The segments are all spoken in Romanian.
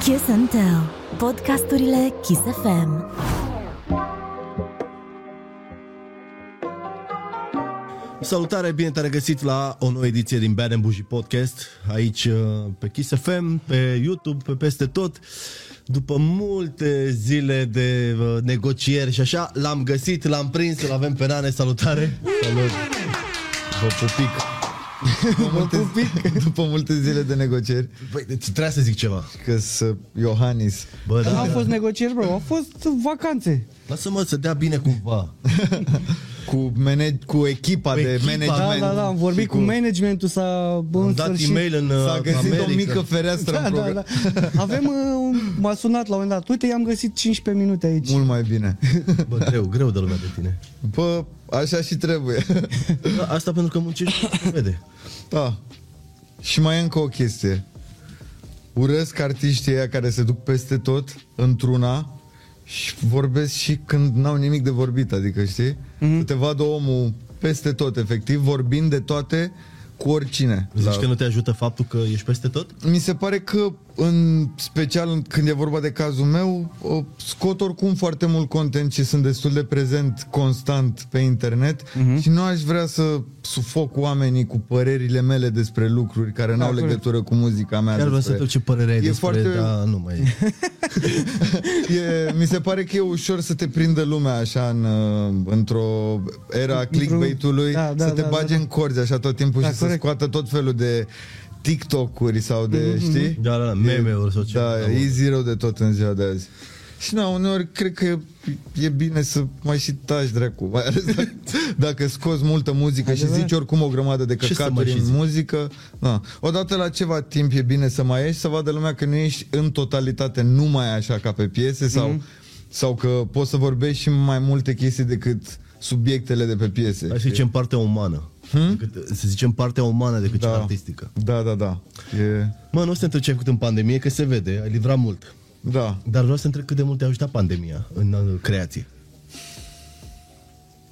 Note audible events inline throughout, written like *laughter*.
Kiss and Tell. Podcasturile Kiss FM. Salutare, bine te-am regăsit la o nouă ediție din Bad and Bougie Podcast, aici uh, pe Kiss FM, pe YouTube, pe peste tot. După multe zile de uh, negocieri și așa, l-am găsit, l-am prins, îl avem pe Nane, salutare! Salut! Vă pupic! multe, *laughs* după multe zile de negocieri, Băi, deci trebuia să zic ceva. că să Iohannis. Bă, Nu da, au fost negocieri, bro, au fost vacanțe. lasă-mă să dea bine cumva. Cu, manage, cu echipa Cu de echipa, Da, management. da, da, am vorbit și cu managementul, s-a bă, Am în dat sfârșit. e-mail în uh, S-a găsit America. o mică fereastră *laughs* Da, în da, program. da. Avem, uh, un- m-a sunat la un moment dat, uite, i-am găsit 15 minute aici. Mult mai bine. *laughs* Bă, greu, greu de lumea de tine. Bă, așa și trebuie. *laughs* Da, Asta pentru că muncești nu se vede. Da. Și mai e încă o chestie. Urăsc artiștii ăia care se duc peste tot, într-una, și vorbesc și când n-au nimic de vorbit, adică știi? Mhm. Mm-hmm. Să te vadă omul peste tot, efectiv, vorbind de toate cu oricine. Zici că nu te ajută faptul că ești peste tot? Mi se pare că, în special în- când e vorba de cazul meu, o- scot oricum foarte mult content și sunt destul de prezent constant pe internet Mhm. și nu aș vrea să sufoc oamenii cu părerile mele despre lucruri care nu au corect. legătură cu muzica mea. Da, Chiar vreau să despre... întreb ce părere ai E despre, da. foarte- dar nu mai E, mi se pare că e ușor să te prindă lumea așa în, uh, într-o era clickbait-ului, da, da, să te da, bage da, da. în corzi așa tot timpul Da, și să corect. scoată tot felul de TikTok-uri sau de, mm-hmm. știi? Da, da, da, meme-uri sau ce. Da, Da, da, easy rău de tot în ziua de azi. Și na, uneori cred că e bine să mai și taci dracu, mai ales *laughs* dacă, dacă scoți multă muzică și Adevărat. zici oricum o grămadă de Ce să căcaturi mai și în zic? muzică. Na. Odată la ceva timp e bine să mai ieși, să vadă lumea că nu ești în totalitate numai așa ca pe piese sau, mm-hmm. sau că poți să vorbești și mai multe chestii decât subiectele de pe piese. Hai să zicem partea umană. Decât, să zicem partea umană decât cea artistică. Da, da, da. E... Mă, nu o să te întreb ce ai făcut în pandemie, că se vede, ai livrat mult. Da. Dar vreau să întreb cât de mult te-a ajutat pandemia în uh, creație.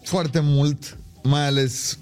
foarte mult, mai ales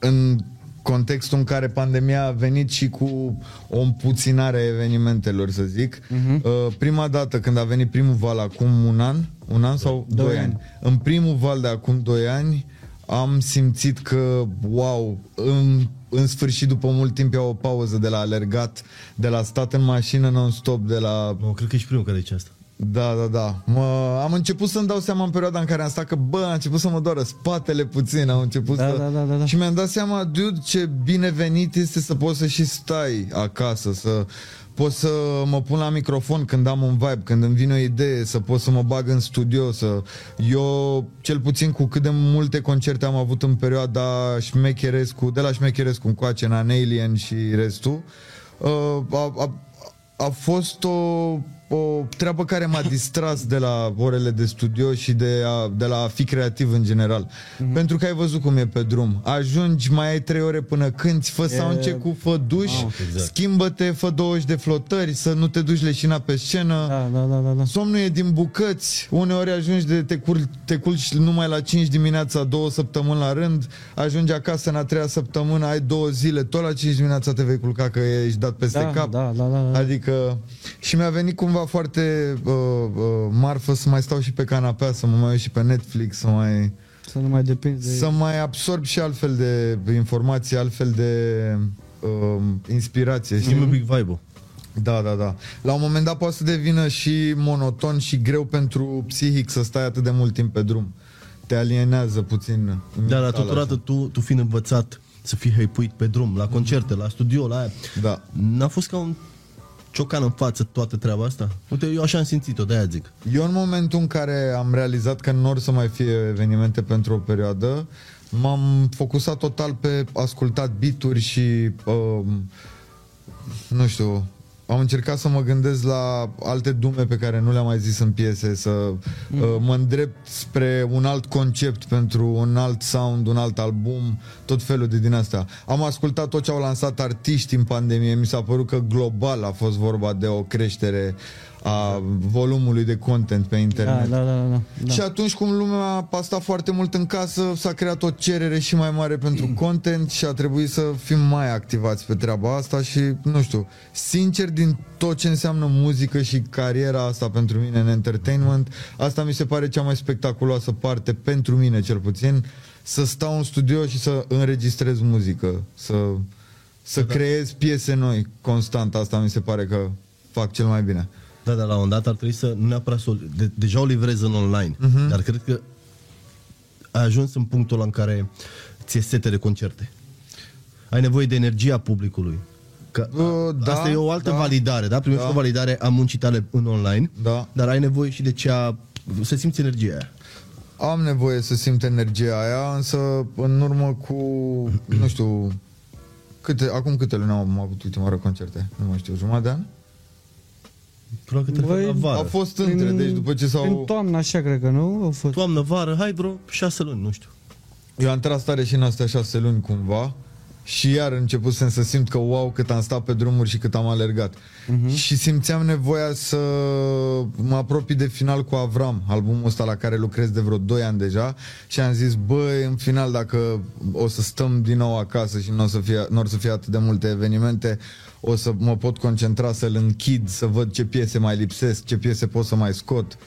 în contextul în care pandemia a venit și cu o împuținare a evenimentelor, să zic. Uh-huh. Prima dată când a venit primul val acum un an, un an sau doi, doi ani. ani, în primul val de acum doi ani am simțit că, wow, în, în sfârșit, după mult timp, iau o pauză de la alergat, de la stat în mașină non-stop, de la Mă, cred că ești primul care zice asta. da, da, da. Mă, am început să-mi dau seama în perioada în care am stat că, bă, a început să mă doară spatele puțin, am început Da, să... da, da, da, da. Și mi-am dat seama, dude, ce binevenit este să poți să și stai acasă, să pot să mă pun la microfon când am un vibe, când îmi vine o idee, să pot să mă bag în studio, să... Eu, cel puțin cu cât de multe concerte am avut în perioada șmecherescu, de la șmecherescu încoace, în An Alien și restul, uh, a, a, a fost o, o treabă care m-a distras de la orele de studio și de, a, de la a fi creativ în general. Mhm. Mm-hmm. Pentru că ai văzut cum e pe drum. Ajungi, mai ai trei ore până cânti, fă soundcheck cu fă duș, Ah, wow, exact. exact. schimbă-te, fă 20 de flotări, să nu te duci leșina pe scenă. Da, da, da, da, da. Somnul e din bucăți, uneori ajungi de te, cul- te culci numai la 5 dimineața, două săptămâni la rând, ajungi acasă în a treia săptămână, ai două zile, tot la 5 dimineața te vei culca că ești dat peste Da, cap. da, da, da, da. Adică și mi-a venit cumva foarte uh, uh, marfă să mai stau și pe canapea, să mă mai uit și pe Netflix, să mai, Să nu mai depinde. să mai absorb și altfel de informații, altfel de uh, inspirație. știi? Schimbă un pic vibe-ul. Da, da, da. La un moment dat poate să devină și monoton și greu pentru psihic să stai atât de mult timp pe drum. Te alienează puțin. Da, dar mental, totodată așa. tu, tu fiind învățat să fii hăipuit pe drum, la concerte, la studio, la aia. Da. N-a fost ca un ciocan în față toată treaba asta? Uite, eu așa am simțit-o, de-aia zic. Eu în momentul în care am realizat că nu or să mai fie evenimente pentru o perioadă, m-am focusat total pe ascultat bituri și um, nu știu, am încercat să mă gândesc la alte dume pe care nu le-am mai zis în piese, să mm. uh, mă îndrept spre un alt concept pentru un alt sound, un alt album, tot felul de din astea. Am ascultat tot ce au lansat artiști în pandemie, mi s-a părut că global a fost vorba de o creștere a volumului de content pe internet. Da, da, da, da, Da. da. Și atunci cum lumea a stat foarte mult în casă, s-a creat o cerere și mai mare pentru content și a trebuit să fim mai activați pe treaba asta și, nu știu, sincer din tot ce înseamnă muzică și cariera asta pentru mine în entertainment, asta mi se pare cea mai spectaculoasă parte pentru mine cel puțin, să stau în studio și să înregistrez muzică, să, să creez piese noi constant, asta mi se pare că fac cel mai bine. Da, dar la un dat ar trebui să nu neapărat să o, de, deja o livrezi în online, Mhm. uh-huh. dar cred că ai ajuns în punctul ăla în care ți-e sete de concerte. Ai nevoie de energia publicului. Că Bă, a, da, asta e o altă da. validare, da? Primești Da. o validare a muncii tale în online, Da. dar ai nevoie și de cea să simți energia aia. Am nevoie să simt energia aia, însă în urmă cu, nu știu, câte, acum câte luni am avut ultima oară concerte? Nu mai știu, jumătate de an? Probabil că te Băi, referi la vară. A fost între, deci după ce În s-au... toamnă, așa cred că, nu? Au fost. Toamnă, vară, hai bro, șase luni, nu știu. Eu am tras tare și în astea șase luni cumva și iar începusem să simt că wow cât am stat pe drumuri și cât am alergat. Uh-huh. Și simțeam nevoia să mă apropii de final cu Avram, albumul ăsta la care lucrez de vreo 2 ani deja și am zis, băi, în final dacă o să stăm din nou acasă și nu o să fie, nu or să fie atât de multe evenimente, o să mă pot concentra să-l închid, să văd ce piese mai lipsesc, ce piese pot să mai scot.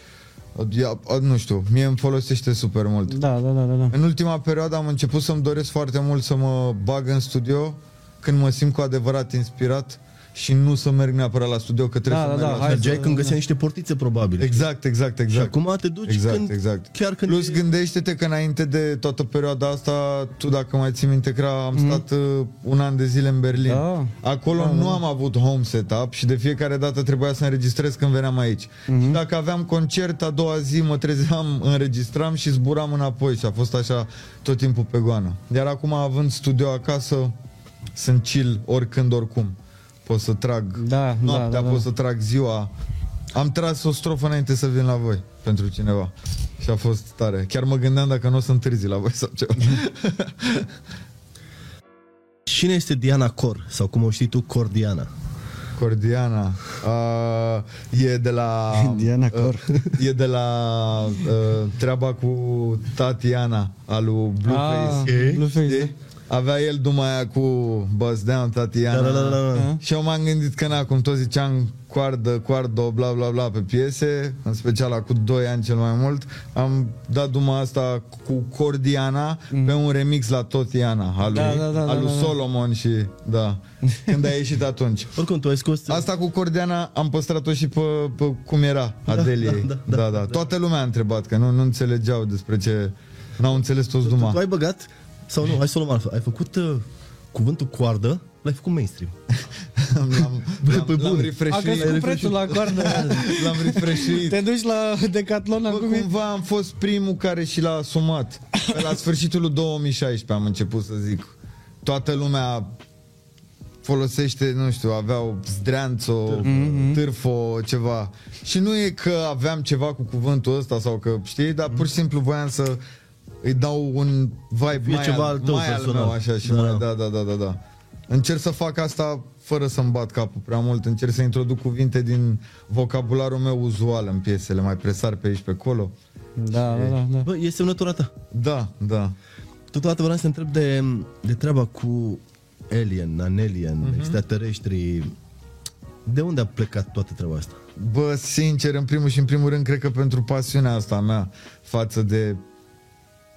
Ia, nu știu, mie îmi folosește super mult. Da, da, da, da. da. În ultima perioadă am început să-mi doresc foarte mult să mă bag în studio când mă simt cu adevărat inspirat și nu să merg neapărat la studio, că trebuie Da, să da, merg da, la hai studio. Mergeai să- când găseai niște portițe, probabil. Exact, exact, Și exact. acum te duci exact, când, exact. chiar când Plus e- gândește-te că înainte de toată perioada asta, tu dacă mai ții minte, cra, am mm. stat uh, un an de zile în Berlin. Da. Acolo da, nu am avut home setup și de fiecare dată trebuia să înregistrez când veneam aici. Mhm. Mm-hmm. Și dacă aveam concert, a doua zi mă trezeam, înregistram și zburam înapoi și a fost așa tot timpul pe goană. Iar acum, având studio acasă, sunt chill oricând, oricum. Pot să trag Da, da, noaptea, da, da. pot să trag ziua. Am tras o strofă înainte să vin la voi pentru cineva și a fost tare. Chiar mă gândeam dacă nu o să întârzi la voi sau *laughs* ceva. Cine este Diana Cor? Sau cum o știi tu, Cor Diana? Cordiana. Uh, e de la... Diana Cor. Uh, e de la uh, treaba cu Tatiana a lui Ah, Blueface. E? Blueface, da. Știi? Avea el duma aia cu Buzz Down, Tatiana. Da, da, da, da. da. Da. Și eu m-am gândit că, na, cum tot ziceam, coardă, coardă, bla, bla, bla, pe piese, în special cu 2 ani cel mai mult, am dat duma asta cu Cordiana mm. pe un remix la Totiana, al lui, Da, da, da, al lui da, da. Solomon și, da, când a ieșit atunci. Oricum, tu ai scos... Asta cu Cordiana am păstrat-o și pe, pe cum era Adeliei. Da, da, da, da, da, da. Toată lumea a întrebat, că nu, nu înțelegeau despre ce... N-au înțeles toți duma. Tu ai băgat, sau nu, hai să o luăm altfel. Ai făcut uh, cuvântul coardă, l-ai făcut mainstream. *laughs* L-am, l-am, pe l-am bune. A refreshuit. crescut prețul la coardă. *laughs* L-am refreshuit. Te duci la Decathlon Bă, acum. e- cumva am fost primul care și l-a asumat. Pe la sfârșitul lui 2016 am început să zic. Toată lumea folosește, nu știu, aveau zdreanțo, târfo, ceva. Și nu e că aveam ceva cu cuvântul ăsta sau că, știi, dar pur și simplu voiam să îi dau un vibe E mai, ceva al, al tău mai al personal. meu, așa, și Da. da. mai, da, da, da, da, da. Încerc să fac asta fără să-mi bat capul prea mult, încerc să introduc cuvinte din vocabularul meu uzual în piesele, mai presar pe aici, pe acolo. Da, da, da, da. Bă, e semnătura ta. Da, da. Totodată vreau să te întreb de, de treaba cu alien, non-alien, mm-hmm. extraterestri. De unde a plecat toată treaba asta? Bă, sincer, în primul și în primul rând, cred că pentru pasiunea asta a mea față de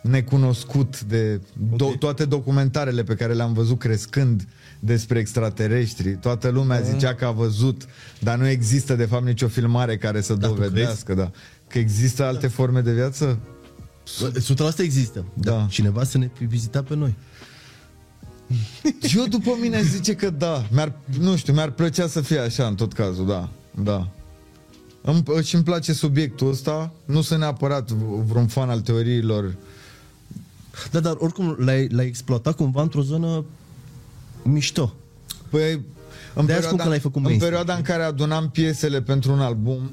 necunoscut, de do- toate documentarele pe care le-am văzut crescând despre extraterestri, toată lumea zicea că a văzut, dar nu există de fapt nicio filmare care să tu dovedească, da. Că există alte forme de viață? Bă, 100% există. Da. Dar Cineva să ne fi vizitat pe noi. Eu după mine zice că da. Mi-ar, nu știu, mi-ar plăcea să fie așa în tot cazul, da. Da. Îmi, și îmi place subiectul ăsta. Nu sunt neapărat v- vreun fan al teoriilor. Da, dar oricum l-ai, l-ai exploatat cumva într-o zonă mișto. Păi, în spun că l-ai făcut în mainstream. perioada în care adunam piesele pentru un album,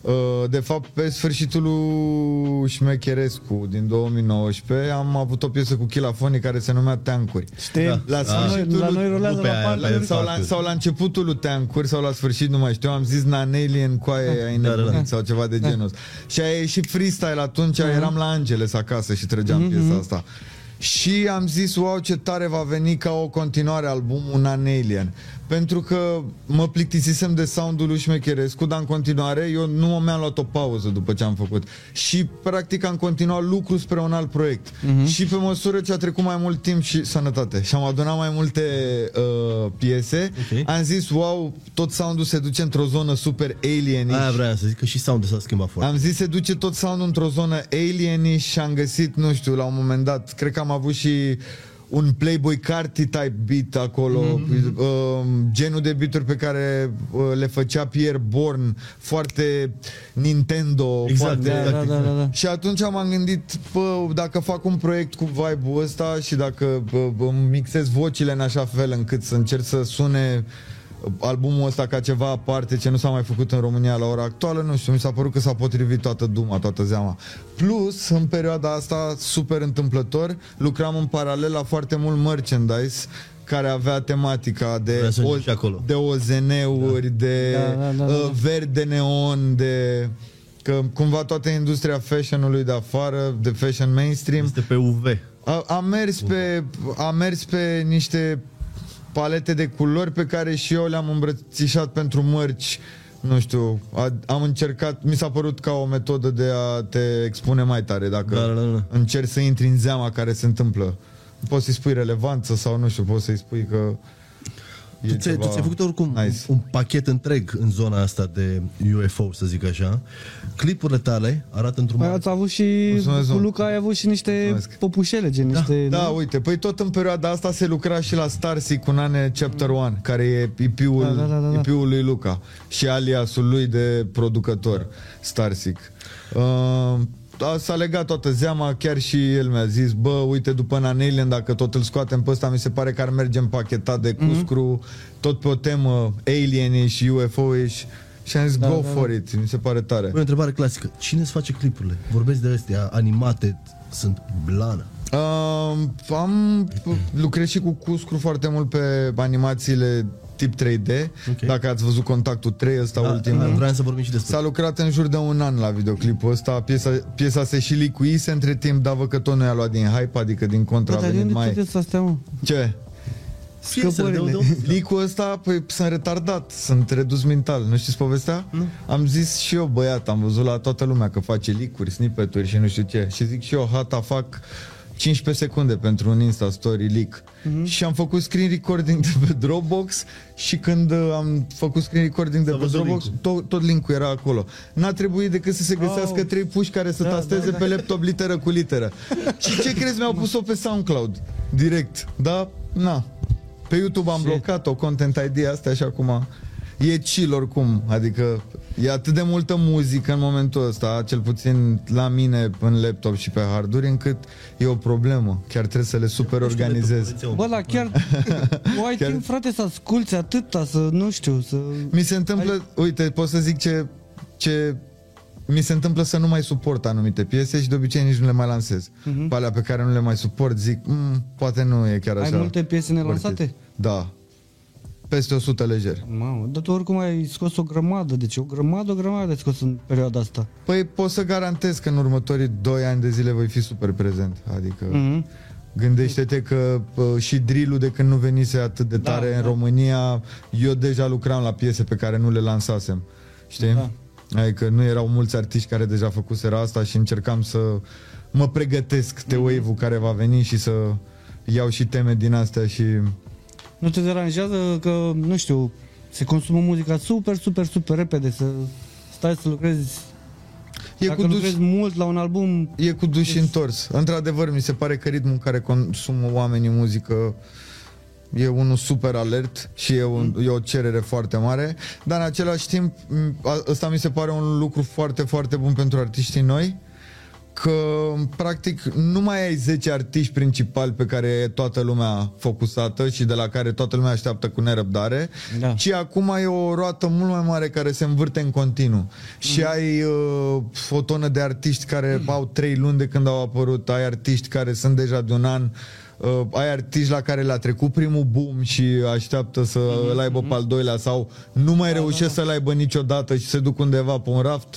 Uh, De fapt, pe sfârșitul lui Șmecherescu din 2019 am avut o piesă cu Chilafonic care se numea Teancuri. Știi? Da. La sfârșitul noi, Ah. la lui- noi rulează nu pe la aia, partea pe aia. lui- Sau la, Parcă- sau la începutul lui Teancuri sau la sfârșit, nu mai știu, am zis Nanelien coaie ai da, nebunit da. sau ceva de genul ăsta. Și a ieșit freestyle atunci, eram la Angeles acasă și Mhm. trăgeam piesa asta. Și am zis, wow, ce tare va veni ca o continuare albumul Nanelien. Pentru că mă plictisisem de soundul lui Șmecherescu, dar în continuare eu nu mi-am luat o pauză după ce am făcut. Și practic am continuat lucru spre un alt proiect. Mhm. Și pe măsură ce a trecut mai mult timp și sănătate și am adunat mai multe uh, piese, Ok. am zis, wow, tot soundul se duce într-o zonă super alien Aia vreau să zic că și sound s-a schimbat foarte. am zis se duce tot sound într-o zonă alieni și am găsit, nu știu, la un moment dat, cred că am avut și un Playboy Carti type beat acolo, Mhm. mm-hmm. uh, genul de beaturi pe care uh, le făcea Pierre Born, foarte Nintendo, Exact, foarte Da, da, da, da, da. și atunci m-am gândit, pă, dacă fac un proiect cu vibe-ul ăsta și dacă pă, îmi mixez vocile în așa fel încât să încerc să sune albumul ăsta ca ceva aparte ce nu s-a mai făcut în România la ora actuală, nu știu, mi s-a părut că s-a potrivit toată duma, toată zeama. Plus, în perioada asta, super întâmplător, lucram în paralel la foarte mult merchandise care avea tematica de, Vreau să ajung și acolo. de OZN-uri, da. de Da, da, da, da. uh, verde neon, de că cumva toată industria fashion-ului de afară, de fashion mainstream, Este pe UV. a, a, mers pe, a mers pe niște palete de culori pe care și eu le-am îmbrățișat pentru mărci. Nu știu, a, am încercat, mi s-a părut ca o metodă de a te expune mai tare dacă Da, da, da. încerci să intri în zeama care se întâmplă. Poți să-i spui relevanță sau nu știu, poți să-i spui că e Tu ți-ai, ceva tu ți-ai făcut oricum nice. un pachet întreg în zona asta de UFO, să zic așa. Clipurile tale arată într-un Păi mod- ați avut și, Da. Mulțumesc, cu domn. Luca ai avut și niște Mulțumesc. popușele, gen niște... Da, uite, păi tot în perioada asta se lucra și la Starcy cu Nane Chapter 1, care e EP-ul, da, da, da, da. EP-ul lui Luca și aliasul lui de producător, Starsic. Uh, a- S-a legat toată zeama, chiar și el mi-a zis, bă, uite, după Nanelen, dacă tot îl scoatem pe ăsta, mi se pare că ar merge pachetat de cuscru, mm-hmm. tot pe o temă alien și ufo și și am zis, da, go da, for da. it, mi se pare tare. Păi o întrebare clasică. Cine îți face clipurile? Vorbesc de astea animate, sunt blană. Uh, am lucrez și cu Cuscru foarte mult pe animațiile tip 3D. Ok. Okay. Dacă ați văzut contactul 3 ăsta da, Da, ultimul. da, vreau să vorbim și despre S-a lucrat în jur de un an la videoclipul ăsta, piesa, piesa se și licuise între timp, dar văd că tot nu i-a luat din hype, adică din contra Da, a dar de venit unde mai... mai... astea, mă? Ce? piesele de Scăpările. unde- Licul ăsta, păi sunt retardat, sunt redus mental, nu știți povestea? Nu. Am zis și eu, băiat, am văzut la toată lumea că face licuri, snippeturi și nu știu ce. Și zic și eu, hata, fac 15 secunde pentru un Insta Story leak. Mm-hmm. Și am făcut screen recording de pe Dropbox și când uh, am făcut screen recording de S-a pe văzut Dropbox, link-ul. tot, tot linkul era acolo. N-a trebuit decât să se găsească Au. trei puși care să da, tasteze da, da. pe laptop literă cu literă. și ce crezi, mi-au pus-o pe SoundCloud, direct. Da? Na, pe YouTube am blocat-o, Content ID asta și acum e chill oricum, adică e atât de multă muzică în momentul ăsta, cel puțin la mine în laptop și pe harduri, încât e o problemă. Chiar trebuie să le super organizez. Bă, da, *laughs* chiar... O ai Chiar- timp, frate, să asculti atâta, să nu știu, să... Mi se întâmplă, uite, pot să zic ce, ce mi se întâmplă să nu mai suport anumite piese și de obicei nici nu le mai lansez. Mm-hmm. Pe alea pe care nu le mai suport zic, mm, poate nu e chiar Mhm. Ai așa. multe piese nelansate? Da. Peste 100 lejer. Mamă, dar tu oricum ai scos o grămadă, deci o grămadă, o grămadă ai scos în perioada asta. Păi pot să garantez că în următorii 2 ani de zile voi fi super prezent. Adică mm-hmm. Mhm. gândește-te că pă, și drill de când nu venise atât de Da, tare în da. România, eu deja lucram la piese pe care nu le lansasem. Știi? Da. Adică nu erau mulți artiști care deja făcuseră asta și încercam să mă pregătesc Mhm. de wave-ul care va veni și să iau și teme din astea și Nu te deranjează că, nu știu, se consumă muzica super, super, super repede, să stai să lucrezi... e Dacă cu dus lucrezi mult la un album, E cu duș și întors. Într-adevăr, mi se pare că ritmul în care consumă oamenii muzică e unul super alert și e, un, e o cerere foarte mare, dar în același timp, m, a- ăsta mi se pare un lucru foarte, foarte bun pentru artiștii noi, că practic nu mai ai 10 artiști principali pe care e toată lumea focusată și de la care toată lumea așteaptă cu nerăbdare, Da. ci Deci acum e o roată mult mai mare care se învârte în continuu. Și ai uh, o tonă de artiști care au 3 luni de când au apărut, ai artiști care sunt deja de un an, uh, ai artiști la care le-a trecut primul boom și așteaptă să îl aibă pe al doilea sau nu mai reușesc să-l aibă niciodată și se duc undeva pe un raft.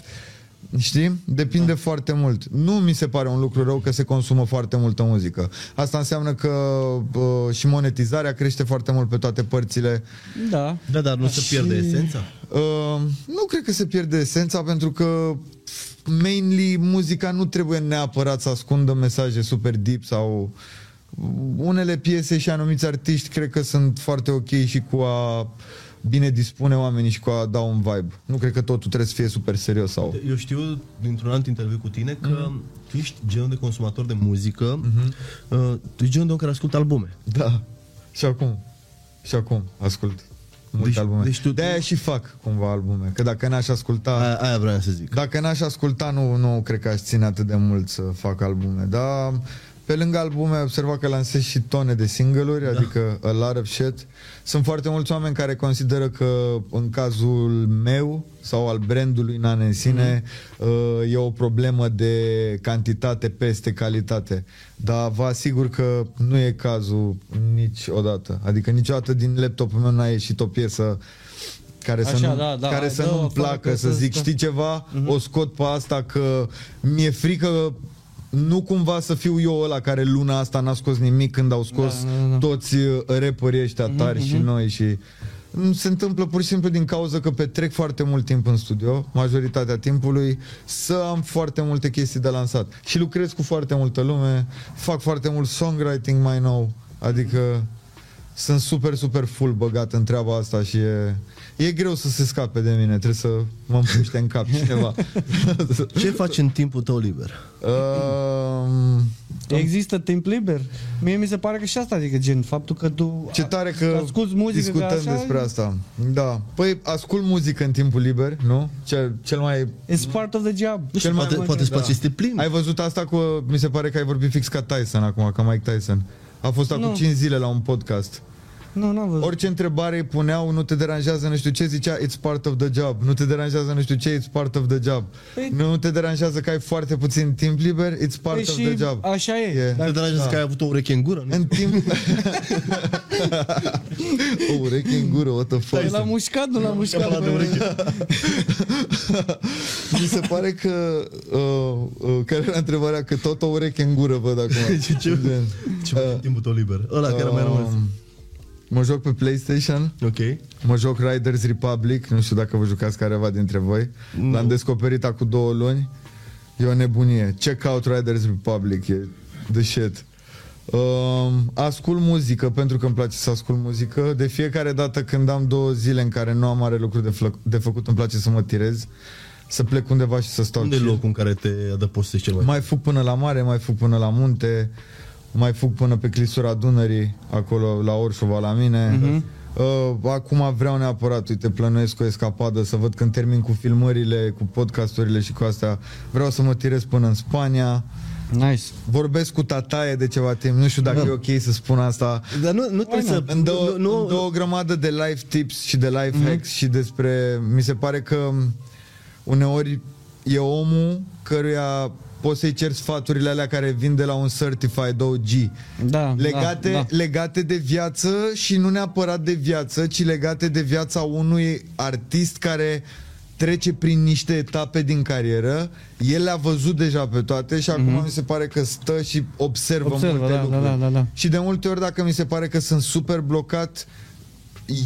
Știi? Depinde da. foarte mult. Nu mi se pare un lucru rău că se consumă foarte multă muzică. Asta înseamnă că uh, și monetizarea crește foarte mult pe toate părțile. Da. Da, dar nu se pierde esența? Uh, nu cred că se pierde esența pentru că mainly muzica nu trebuie neapărat să ascundă mesaje super deep sau unele piese și anumiți artiști cred că sunt foarte ok și cu a bine dispune oamenii și cu a da un vibe. Nu cred că totul trebuie să fie super serios sau... Eu știu dintr-un alt interviu cu tine că Mhm. tu ești genul de consumator de muzică, uh, tu ești genul de om care ascultă albume. Da. Și acum. Și acum ascult multe Deci- albume. deci tu- Da, De-aia și fac cumva albume. Că dacă n-aș asculta... Aia, aia vreau să zic. Dacă n-aș asculta, nu, nu cred că aș ține atât de mult să fac albume. Dar pe lângă albume ai observat că lansez și tone de single-uri, da. adică a lot of shit. Sunt foarte mulți oameni care consideră că în cazul meu sau al brandului Nane în sine mm. e o problemă de cantitate peste calitate. Dar vă asigur că nu e cazul niciodată. Adică niciodată din laptopul meu n-a ieșit o piesă care să Așa, nu, da, da, care să da, nu-mi fără placă, că să să- Mhm. zic, să- știi ceva, o scot pe asta că mi-e frică nu cumva să fiu eu ăla care luna asta n-a scos nimic când au scos da, Da, Mhm, da, da. toți uh, rapperii ăștia tari și noi și Mm, se întâmplă pur și simplu din cauza că petrec foarte mult timp în studio, majoritatea timpului, să am foarte multe chestii de lansat. Și lucrez cu foarte multă lume, fac foarte mult songwriting mai nou, adică sunt super, super full băgat în treaba asta și e, e greu să se scape de mine, trebuie să mă împuște în cap *laughs* cineva. *laughs* Ce faci în timpul tău liber? um, Există timp liber? Mie mi se pare că și asta, adică gen, faptul că tu ce tare că asculti muzică discutăm că așa, despre asta. Da. Păi ascult muzică în timpul liber, nu? Cel, cel mai... It's part of the job. Nu știu, poate, mai- poate da. spațiul este plin. Ai văzut asta cu... Mi se pare că ai vorbit fix ca Tyson acum, ca Mike Tyson. A fost acum Nu. 5 zile la un podcast. Nu, n-am văzut. Orice întrebare îi puneau, nu te deranjează nu știu ce, zicea it's part of the job. Nu te deranjează nu știu ce, it's part of the job. Păi- Nu te deranjează că ai foarte puțin timp liber, it's part Păi of și the job. așa e. E. Te deranjează că ai avut o ureche Da. în gură? nu? În *laughs* timp... *laughs* o ureche în gură, what the fuck. L-a Păi mușcat, nu l-a mușcat. Ăla de bă. ureche. Mi se pare că... Uh, uh, care era întrebarea? Că tot o ureche în gură văd *laughs* acum. *laughs* Ce- ce- Gen, Ce Ah. faci în timpul tău liber? Ăla care mai rămas. um, Mă joc pe PlayStation. Ok. Mă joc Riders Republic, nu știu dacă vă jucați careva dintre voi. Nu. L-am descoperit acum două luni. E o nebunie. Check out Riders Republic, e the shit. Um, ascult muzică pentru că îmi place să ascult muzică De fiecare dată când am două zile În care nu am mare lucru de, flă- de făcut Îmi place să mă tirez Să plec undeva și să stau Unde e chill. locul în care te adăpostești cel mai Mai fug până la mare, mai fug până la munte, mai fug până pe clisura Dunării, acolo la Orșova, la mine. Uh, acum vreau neapărat, uite, plănuiesc o escapadă să văd când termin cu filmările, cu podcasturile și cu astea. Vreau să mă tirez până în Spania. Nice. Vorbesc cu tataie de ceva timp, nu știu dacă e ok să spun asta. Dar nu, nu trebuie să... În două, nu, nu, Mm-hmm. în două grămadă de life tips și de life hacks și despre... Mi se pare că uneori e omul căruia poți să-i ceri sfaturile alea care vin de la un certified OG. Da, Legate, da, da. legate de viață și nu neapărat de viață, ci legate de viața unui artist care trece prin niște etape din carieră, el le-a văzut deja pe toate și acum mi se pare că stă și observă, Mhm. Observă, multe da, lucruri. da, da, da. Și de multe ori, dacă mi se pare că sunt super blocat,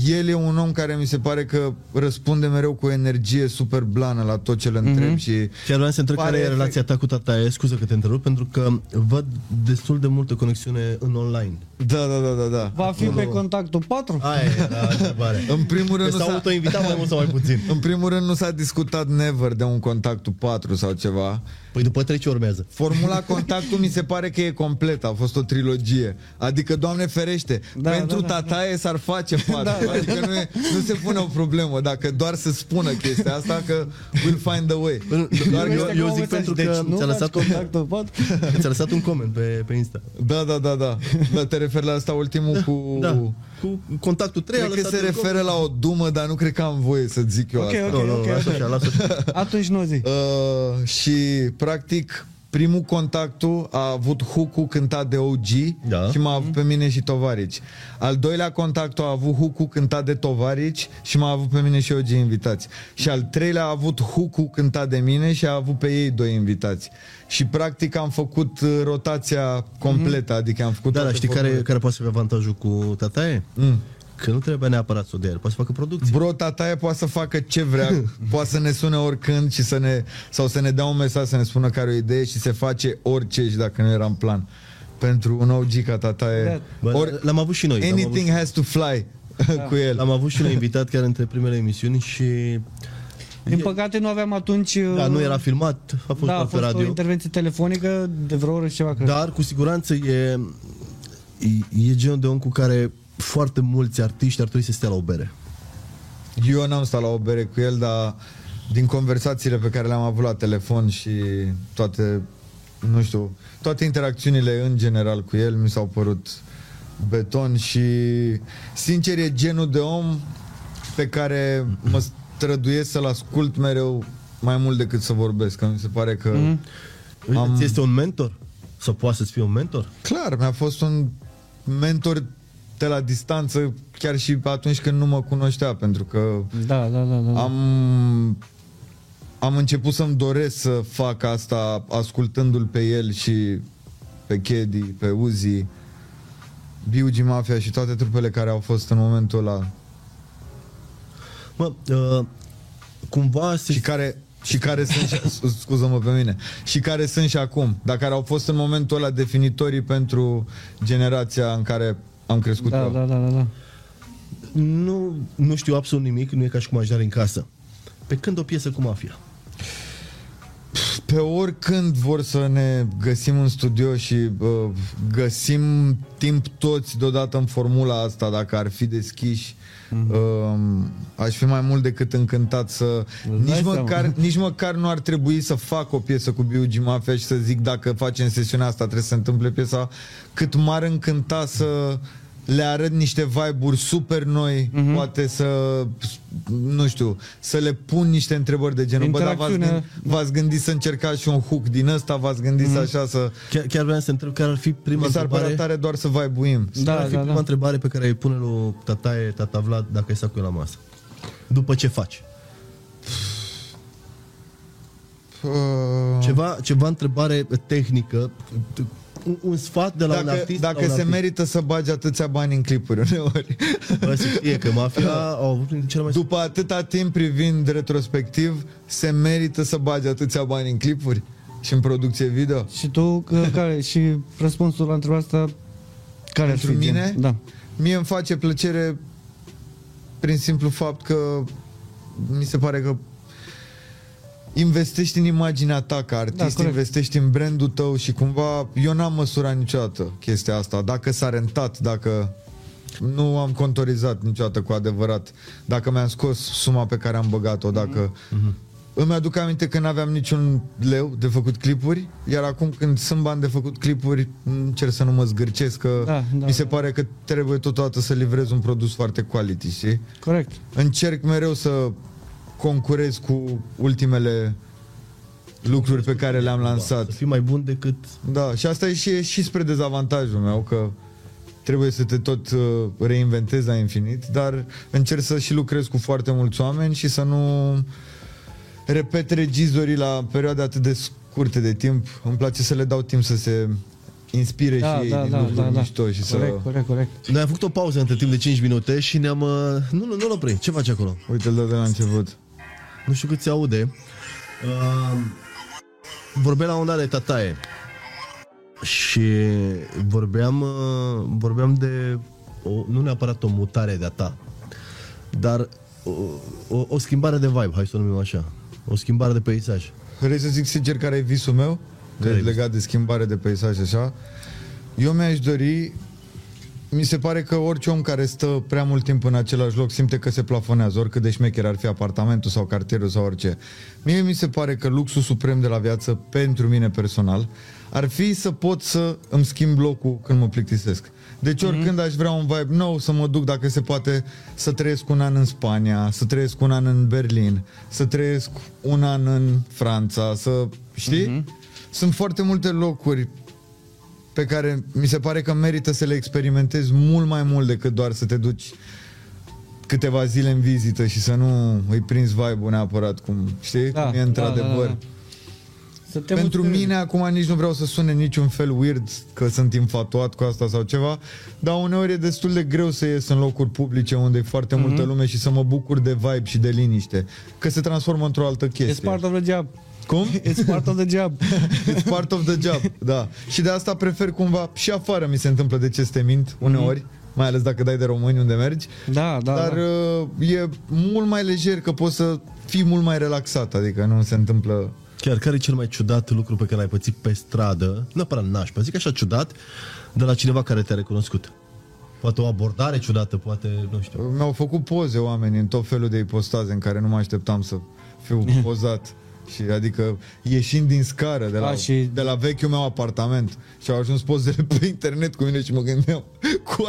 el e un om care mi se pare că răspunde mereu cu o energie super blană la tot ce Mhm. le întreb și... Chiar vreau să întreb Pare care e efect. relația ta cu tataie, scuză că te întrerup, pentru că văd destul de multă conexiune în online. Da, da, da, da, da. Va fi pe contactul 4? Aia e da, *laughs* întrebare. În primul rând, Că nu s-au s-a- autoinvitat mai mult sau mai puțin. În primul rând nu s-a discutat never de un contactul 4 sau ceva. Păi după trei ce *laughs* urmează. Formula contactul mi se pare că e completă, a fost o trilogie. Adică, Doamne ferește, da, Da, pentru da, da, da, tataie s-ar face 4. da, adică nu, e, nu se pune o problemă dacă doar să spună chestia asta că we'll find a way. Doar Eu- că, eu zic pentru că Deci nu ți-a lăsat faci un- contact pe pat? Ți-a lăsat un coment pe, pe Insta. da, da, da, da, da. Te referi la asta ultimul cu... Da. Cu contactul 3 Cred că se referă la o dumă, dar nu cred că am voie să zic eu Ok, asta. Nu, nu, nu, Ok, ok, lasă ok. așa, lasă așa. Atunci nu zi. Uh, și practic primul contactul a avut Hucu cântat de OG Da. și m-a avut pe mine și Tovarici. Al doilea contact a avut Hucu cântat de Tovarici și m-a avut pe mine și OG invitați. Și al treilea a avut Hucu cântat de mine și a avut pe ei doi invitați. Și practic am făcut uh, rotația completă, adică am făcut Mhm. Da, dar toate știi care, focurile. care poate să fie avantajul cu tataie? Mm. Că nu trebuie neapărat să o dea el, poate să facă producție. Bro, tataie poate să facă ce vrea, poate să ne sune oricând și să ne, sau să ne dea un mesaj, să ne spună care e o idee și se face orice și dacă nu era în plan. Pentru un OG ca tataie. Da. Bă, Ori, l-am avut și noi. l-am avut Mm. anything has to fly *laughs* cu el. L-am avut și un invitat chiar între primele emisiuni și Din păcate nu aveam atunci... da, nu era filmat, a fost da, a doar pe fost o radio. Da. intervenție telefonică de vreo oră și ceva, cred. Dar cu siguranță e, e, e genul de om cu care foarte mulți artiști ar trebui să stea la o bere. Eu n-am stat la o bere cu el, dar din conversațiile pe care le-am avut la telefon și toate, nu știu, toate interacțiunile în general cu el mi s-au părut beton și sincer e genul de om pe care mă străduiesc să-l ascult mereu mai mult decât să vorbesc, că mi se pare că mm. Am... Ți este un mentor? Sau poate să-ți fie un mentor? Clar, mi-a fost un mentor de la distanță chiar și atunci când nu mă cunoștea, pentru că Da, da, da, da. am am început să-mi doresc să fac asta ascultându-l pe el și pe Kedi, pe Uzi, Biugi Mafia și toate trupele care au fost în momentul ăla Mă, uh, cumva se... și care și care sunt și, scu- scuză-mă pe mine, și care sunt și acum, dar care au fost în momentul ăla definitorii pentru generația în care am crescut Da, eu. da, da, da, da. nu, nu știu absolut nimic, nu e ca și cum aș da în casă. Pe când o piesă cu mafia? Pe oricând vor să ne găsim în studio și uh, găsim timp toți deodată în formula asta, dacă ar fi deschiși, Mhm. mm-hmm. uh, aș fi mai mult decât încântat să... Îți dai Nici seama. măcar, nici măcar nu ar trebui să fac o piesă cu B.U.G. Mafia și să zic dacă facem sesiunea asta trebuie să se întâmple piesa, cât m-ar încânta să le arăt niște vibe-uri super noi, Mhm. mm-hmm. poate să, nu știu, să le pun niște întrebări de genul, bă, dar v-ați, Interacțiune. gândit, V-ați gândit să încercați și un hook din ăsta? V-ați gândit Mm. să așa să... Chiar, chiar vreau să întreb care ar fi prima Mi s-ar părea întrebare. tare doar să vaibuim. Da, Da, ar fi da, prima da. întrebare pe care îi pune lui tataie, tata Vlad, dacă ai stat cu el la masă. După ce faci? Păi, Uh, Ceva, ceva întrebare tehnică, t- un, un sfat de la un Dacă, artist la dacă un se artist. merită să bagi atâția bani în clipuri *laughs* uneori. Bă, să știe că mafia au avut printre cele mai... Da. După atâta timp privind retrospectiv, se merită să bagi atâția bani în clipuri și în producție video? Și tu, că, care, și răspunsul la întrebarea asta, care ar Pentru fi? gen? mine? Da. Mie îmi face plăcere prin simplu fapt că mi se pare că investești în imaginea ta ca artist, da, corect. investești în brandul tău și cumva eu n-am măsurat niciodată chestia asta, dacă s-a rentat, dacă nu am contorizat niciodată cu adevărat, dacă mi-am scos suma pe care am băgat-o, Mhm. dacă îmi aduc aminte că n-aveam niciun leu de făcut clipuri, iar acum când sunt bani de făcut clipuri, încerc să nu mă zgârcesc că Da, da, mi se da. pare că trebuie totodată să livrez un produs foarte quality, știi? Corect. Încerc mereu să concurez cu ultimele lucruri pe care le-am lansat. Să fii mai bun decât... Da, și asta e și, e și spre dezavantajul meu, că trebuie să te tot uh, reinventezi la infinit, dar încerc să și lucrez cu foarte mulți oameni și să nu repet regizorii la perioade atât de scurte de timp. Îmi place să le dau timp să se inspire Da, și ei da, din da, lucruri da, da. mișto și corect, să... corect, corect. Noi am făcut o pauză între timp de 5 minute și ne-am... uh, Nu, nu, nu-l oprim. Ce faci acolo? Uite-l dat de la început. Nu știu cât se aude. Uh, vorbeam la una de tataie. Și vorbeam, uh, vorbeam de, o, nu neapărat o mutare de-a ta, dar o, o, o schimbare de vibe, hai să o numim așa. O schimbare de peisaj. Vrei să zic sincer care e visul meu? De, Care e legat de schimbare de peisaj și așa? Eu mi-aș dori mi se pare că orice om care stă prea mult timp în același loc simte că se plafonează, oricât de șmecher ar fi apartamentul sau cartierul sau orice. Mie mi se pare că luxul suprem de la viață, pentru mine personal, ar fi să pot să îmi schimb locul când mă plictisesc. Deci oricând aș vrea un vibe nou să mă duc, dacă se poate, să trăiesc un an în Spania, să trăiesc un an în Berlin, să trăiesc un an în Franța, să... știi? Sunt foarte multe locuri pe care mi se pare că merită să le experimentezi mult mai mult decât doar să te duci câteva zile în vizită și să nu îi prinzi vibe-ul neapărat cum, știi, da, cum e într-adevăr. Da, da, da. Să te Pentru muți- mine acum nici nu vreau să sune niciun fel weird că sunt infatuat cu asta sau ceva, dar uneori e destul de greu să ies în locuri publice unde e foarte mm-hmm. multă lume și să mă bucur de vibe și de liniște, că se transformă într-o altă It's chestie. part of the job. Cum? It's part of the *laughs* job. It's part of the job, da. Și de asta prefer cumva, și afară mi se întâmplă de ce să te mint uneori, mm-hmm. mai ales dacă dai de români unde mergi, Mhm. Da, da, dar da. uh, e mult mai lejer că poți să fii mult mai relaxat, adică nu se întâmplă Chiar care e cel mai ciudat lucru pe care l-ai pățit pe stradă, neapărat nașpa, zic așa ciudat, de la cineva care te-a recunoscut? Poate o abordare ciudată, poate, nu știu. Mi-au făcut poze oameni în tot felul de ipostaze în care nu mă așteptam să fiu pozat. Și adică ieșind din scară de la, Da, A, și- și... de la vechiul meu apartament și au ajuns pozele pe internet cu mine și mă gândeam *laughs* cu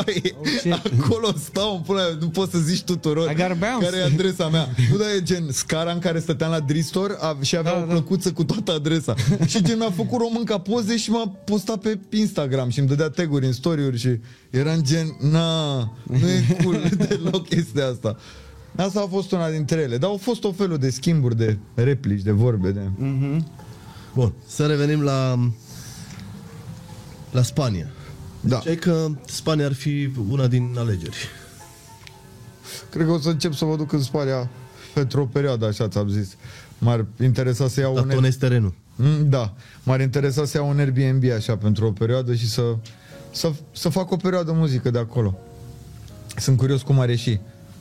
ce- acolo stau în pula mea, nu poți să zici tuturor I gotta bounce. care e adresa mea. Nu da, e gen scara în care stăteam la Dristor a, și avea Da, da, o da. plăcuță cu toată adresa. și gen mi-a făcut român ca poze și m-a postat pe Instagram și îmi dădea taguri în story-uri și era în gen, na, nu e cool deloc chestia asta. Asta a fost una dintre ele, dar au fost o felul de schimburi de replici, de vorbe, de... Bun, să revenim la la Spania. Da. Ziceai că Spania ar fi una din alegeri. Cred că o să încep să mă duc în Spania pentru o perioadă, așa ți-am zis. M-ar interesa să iau un... Tatonezi terenul. Mm, Da, m-ar interesa să iau un Airbnb așa pentru o perioadă și să, să, să fac o perioadă muzică de acolo. Sunt curios cum ar ieși.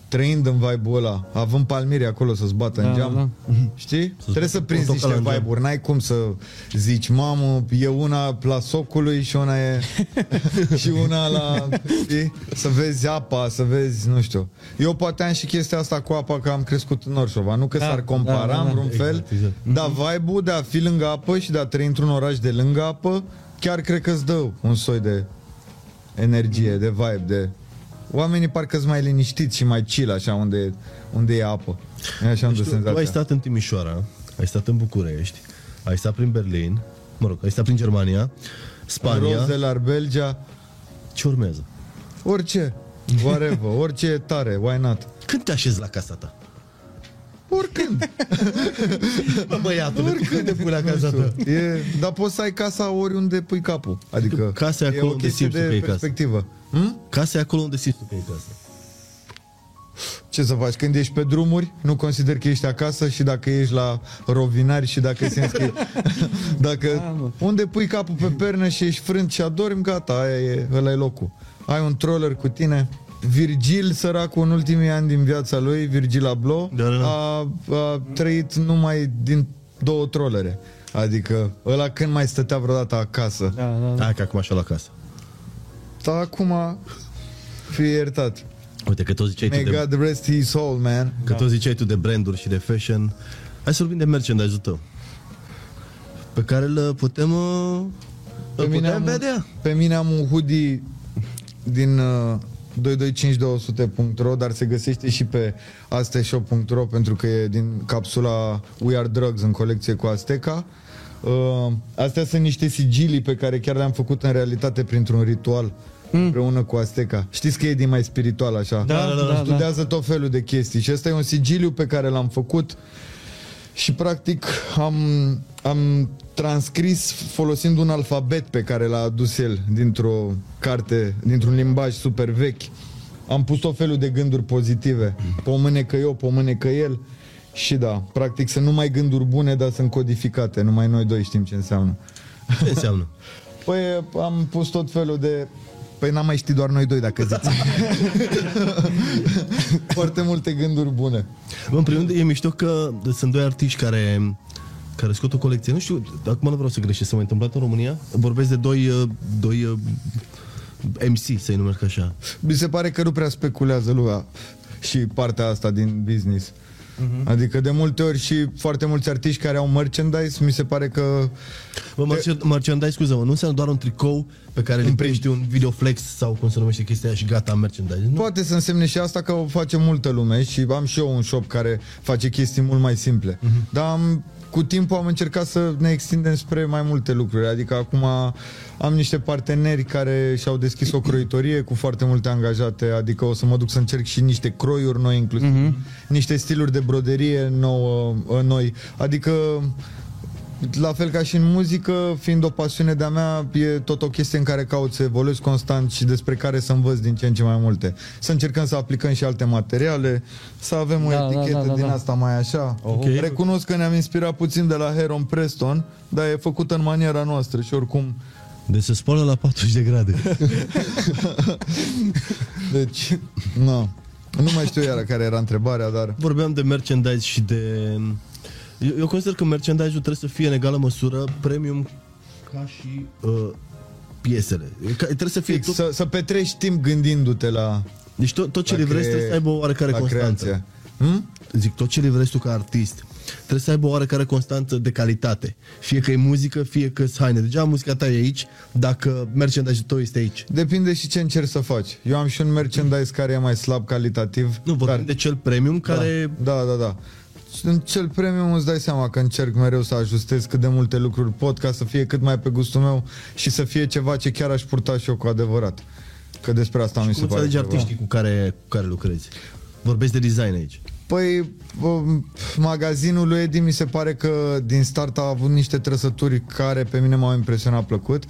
Trăind în vibe-ul ăla, având palmieri acolo să-ți bată Da, în geam, Mhm. da. știi? Trebuie să prinzi portocală niște în geam. vibe-uri, n-ai cum să zici, mamă, e una la socului și una *laughs* e... și una la... Știi? Să vezi apa, să vezi, nu știu. Eu poate am și chestia asta cu apa, că am crescut în Orșova, nu că Da, s-ar da, compara da, da. în vreun Exact, fel, exact. da, vibe-ul de a fi lângă apă și de a trăi într-un oraș de lângă apă, chiar cred că îți dă un soi de Mm. energie, de vibe, de... Oamenii parcă sunt mai liniștiți și mai chill așa unde, unde e apă. E Așa am Deci dus tu, tu ai senzația. stat în Timișoara, ai stat în București, ai stat prin Berlin, mă rog, ai stat prin Germania, Spania, Roz de la Belgia, ce urmează? orice. *laughs* Whatever, orice e tare, why not? Când te așezi la casa *laughs* ta? Oricând. Bă, băiatule, când te pui la casa ta? E, dar poți să ai casa oriunde pui capul. Adică Casa e acolo o unde chestie simți tu că de e casă. perspectivă. Hm? Casa e acolo unde simți tu că e casa. Ce să faci? Când ești pe drumuri, nu consider că ești acasă și dacă ești la rovinari și dacă simți *laughs* că... dacă... Da, mă. unde pui capul pe pernă și ești frânt și adormi, gata, aia e, ăla e locul. Ai un troller cu tine. Virgil, săracul, în ultimii ani din viața lui, Virgil Abloh, Da, da, da. A, a trăit numai din două trolere. Adică ăla când mai stătea vreodată acasă. Da, da, da. Hai că acum așa la casă. Dar acum, fie iertat. Uite, că tot ziceai tu May de, God rest his soul, man. că tot ziceai tu de branduri și de fashion. Hai să vorbim de merchandise-ul tău. Pe care îl putem... uh, Îl putem vedea. pe mine am un hoodie din uh, 225200.ro, dar se găsește și pe asteshop.ro pentru că e din capsula We Are Drugs în colecție cu Azteca. Uh, astea sunt niște sigilii pe care chiar le-am făcut în realitate printr-un ritual împreună cu Azteca. Știți că e din mai spiritual așa. Da, da, da, da. Studiază tot felul de chestii și ăsta e un sigiliu pe care l-am făcut și practic am, am transcris folosind un alfabet pe care l-a adus el dintr-o carte, dintr-un limbaj super vechi. Am pus tot felul de gânduri pozitive. Pomâne că eu, pomâne că el. Și da, practic sunt numai gânduri bune, dar sunt codificate. Numai noi doi știm ce înseamnă. Ce înseamnă? Păi am pus tot felul de... Păi n-am mai ști doar noi doi dacă zici. Foarte multe gânduri bune. Bă, În primul rând, e mișto că sunt doi artiști care care scot o colecție. Nu știu, acum nu vreau să greșesc, s-a mai întâmplat în România. Vorbesc de doi, uh, doi uh, MC, să-i numesc așa. Mi se pare că nu prea speculează lumea și partea asta din business. Uh-huh. Adică de multe ori și foarte mulți artiști care au merchandise, mi se pare că Bă, merchand- merchandise, scuză mă nu înseamnă doar un tricou pe care îl primești un videoflex sau cum se numește chestia aia și gata, am merchandise. Nu. poate să însemne și asta că o face multă lume și am și eu un shop care face chestii mult mai simple. Uh-huh. Dar am, cu timpul am încercat să ne extindem spre mai multe lucruri. Adică acum am niște parteneri care și-au deschis o croitorie cu foarte multe angajate, adică o să mă duc să încerc și niște croiuri noi inclusiv, uh-huh. niște stiluri de broderie nouă, uh, noi. Adică la fel ca și în muzică, fiind o pasiune de-a mea, e tot o chestie în care caut să evoluez constant și despre care să învăț din ce în ce mai multe. Să încercăm să aplicăm și alte materiale, să avem o Da, da, etichetă da, da, din da. asta mai așa. Ok. Recunosc că ne-am inspirat puțin de la Heron Preston, dar e făcută în maniera noastră și oricum... Deci se spală la 40 de grade. Deci, *laughs* nu. Nu mai știu iară care era întrebarea, dar... Vorbeam de merchandise și de... Eu, eu consider că merchandise-ul trebuie să fie în egală măsură premium ca și uh, piesele. Ca, trebuie să fie Fix, tot, să, să petreci timp gândindu-te la... deci tot, tot ce la livrezi cre- trebuie să aibă o oarecare la constanță. creație. Hm? Zic, tot ce livrezi tu ca artist trebuie să aibă o oarecare constanță de calitate. Fie că e muzică, fie că e haine. Degeaba muzica ta e aici, dacă merchandise-ul tău este aici. Depinde și ce încerci să faci. Eu am și un merchandise care e mai slab calitativ. Nu, vorbim dar- de cel premium care... Da, da, da. În cel premium îți dai seama că încerc mereu să ajustez cât de multe lucruri pot ca să fie cât mai pe gustul meu și să fie ceva ce chiar aș purta și eu cu adevărat. Că despre asta mi Cum se pare înțelegi ceva. artiștii cu care, cu care lucrezi? Vorbesc de design aici. Păi, um, magazinul lui Edi mi se pare că din start a avut niște trăsături care pe mine m-au impresionat plăcut.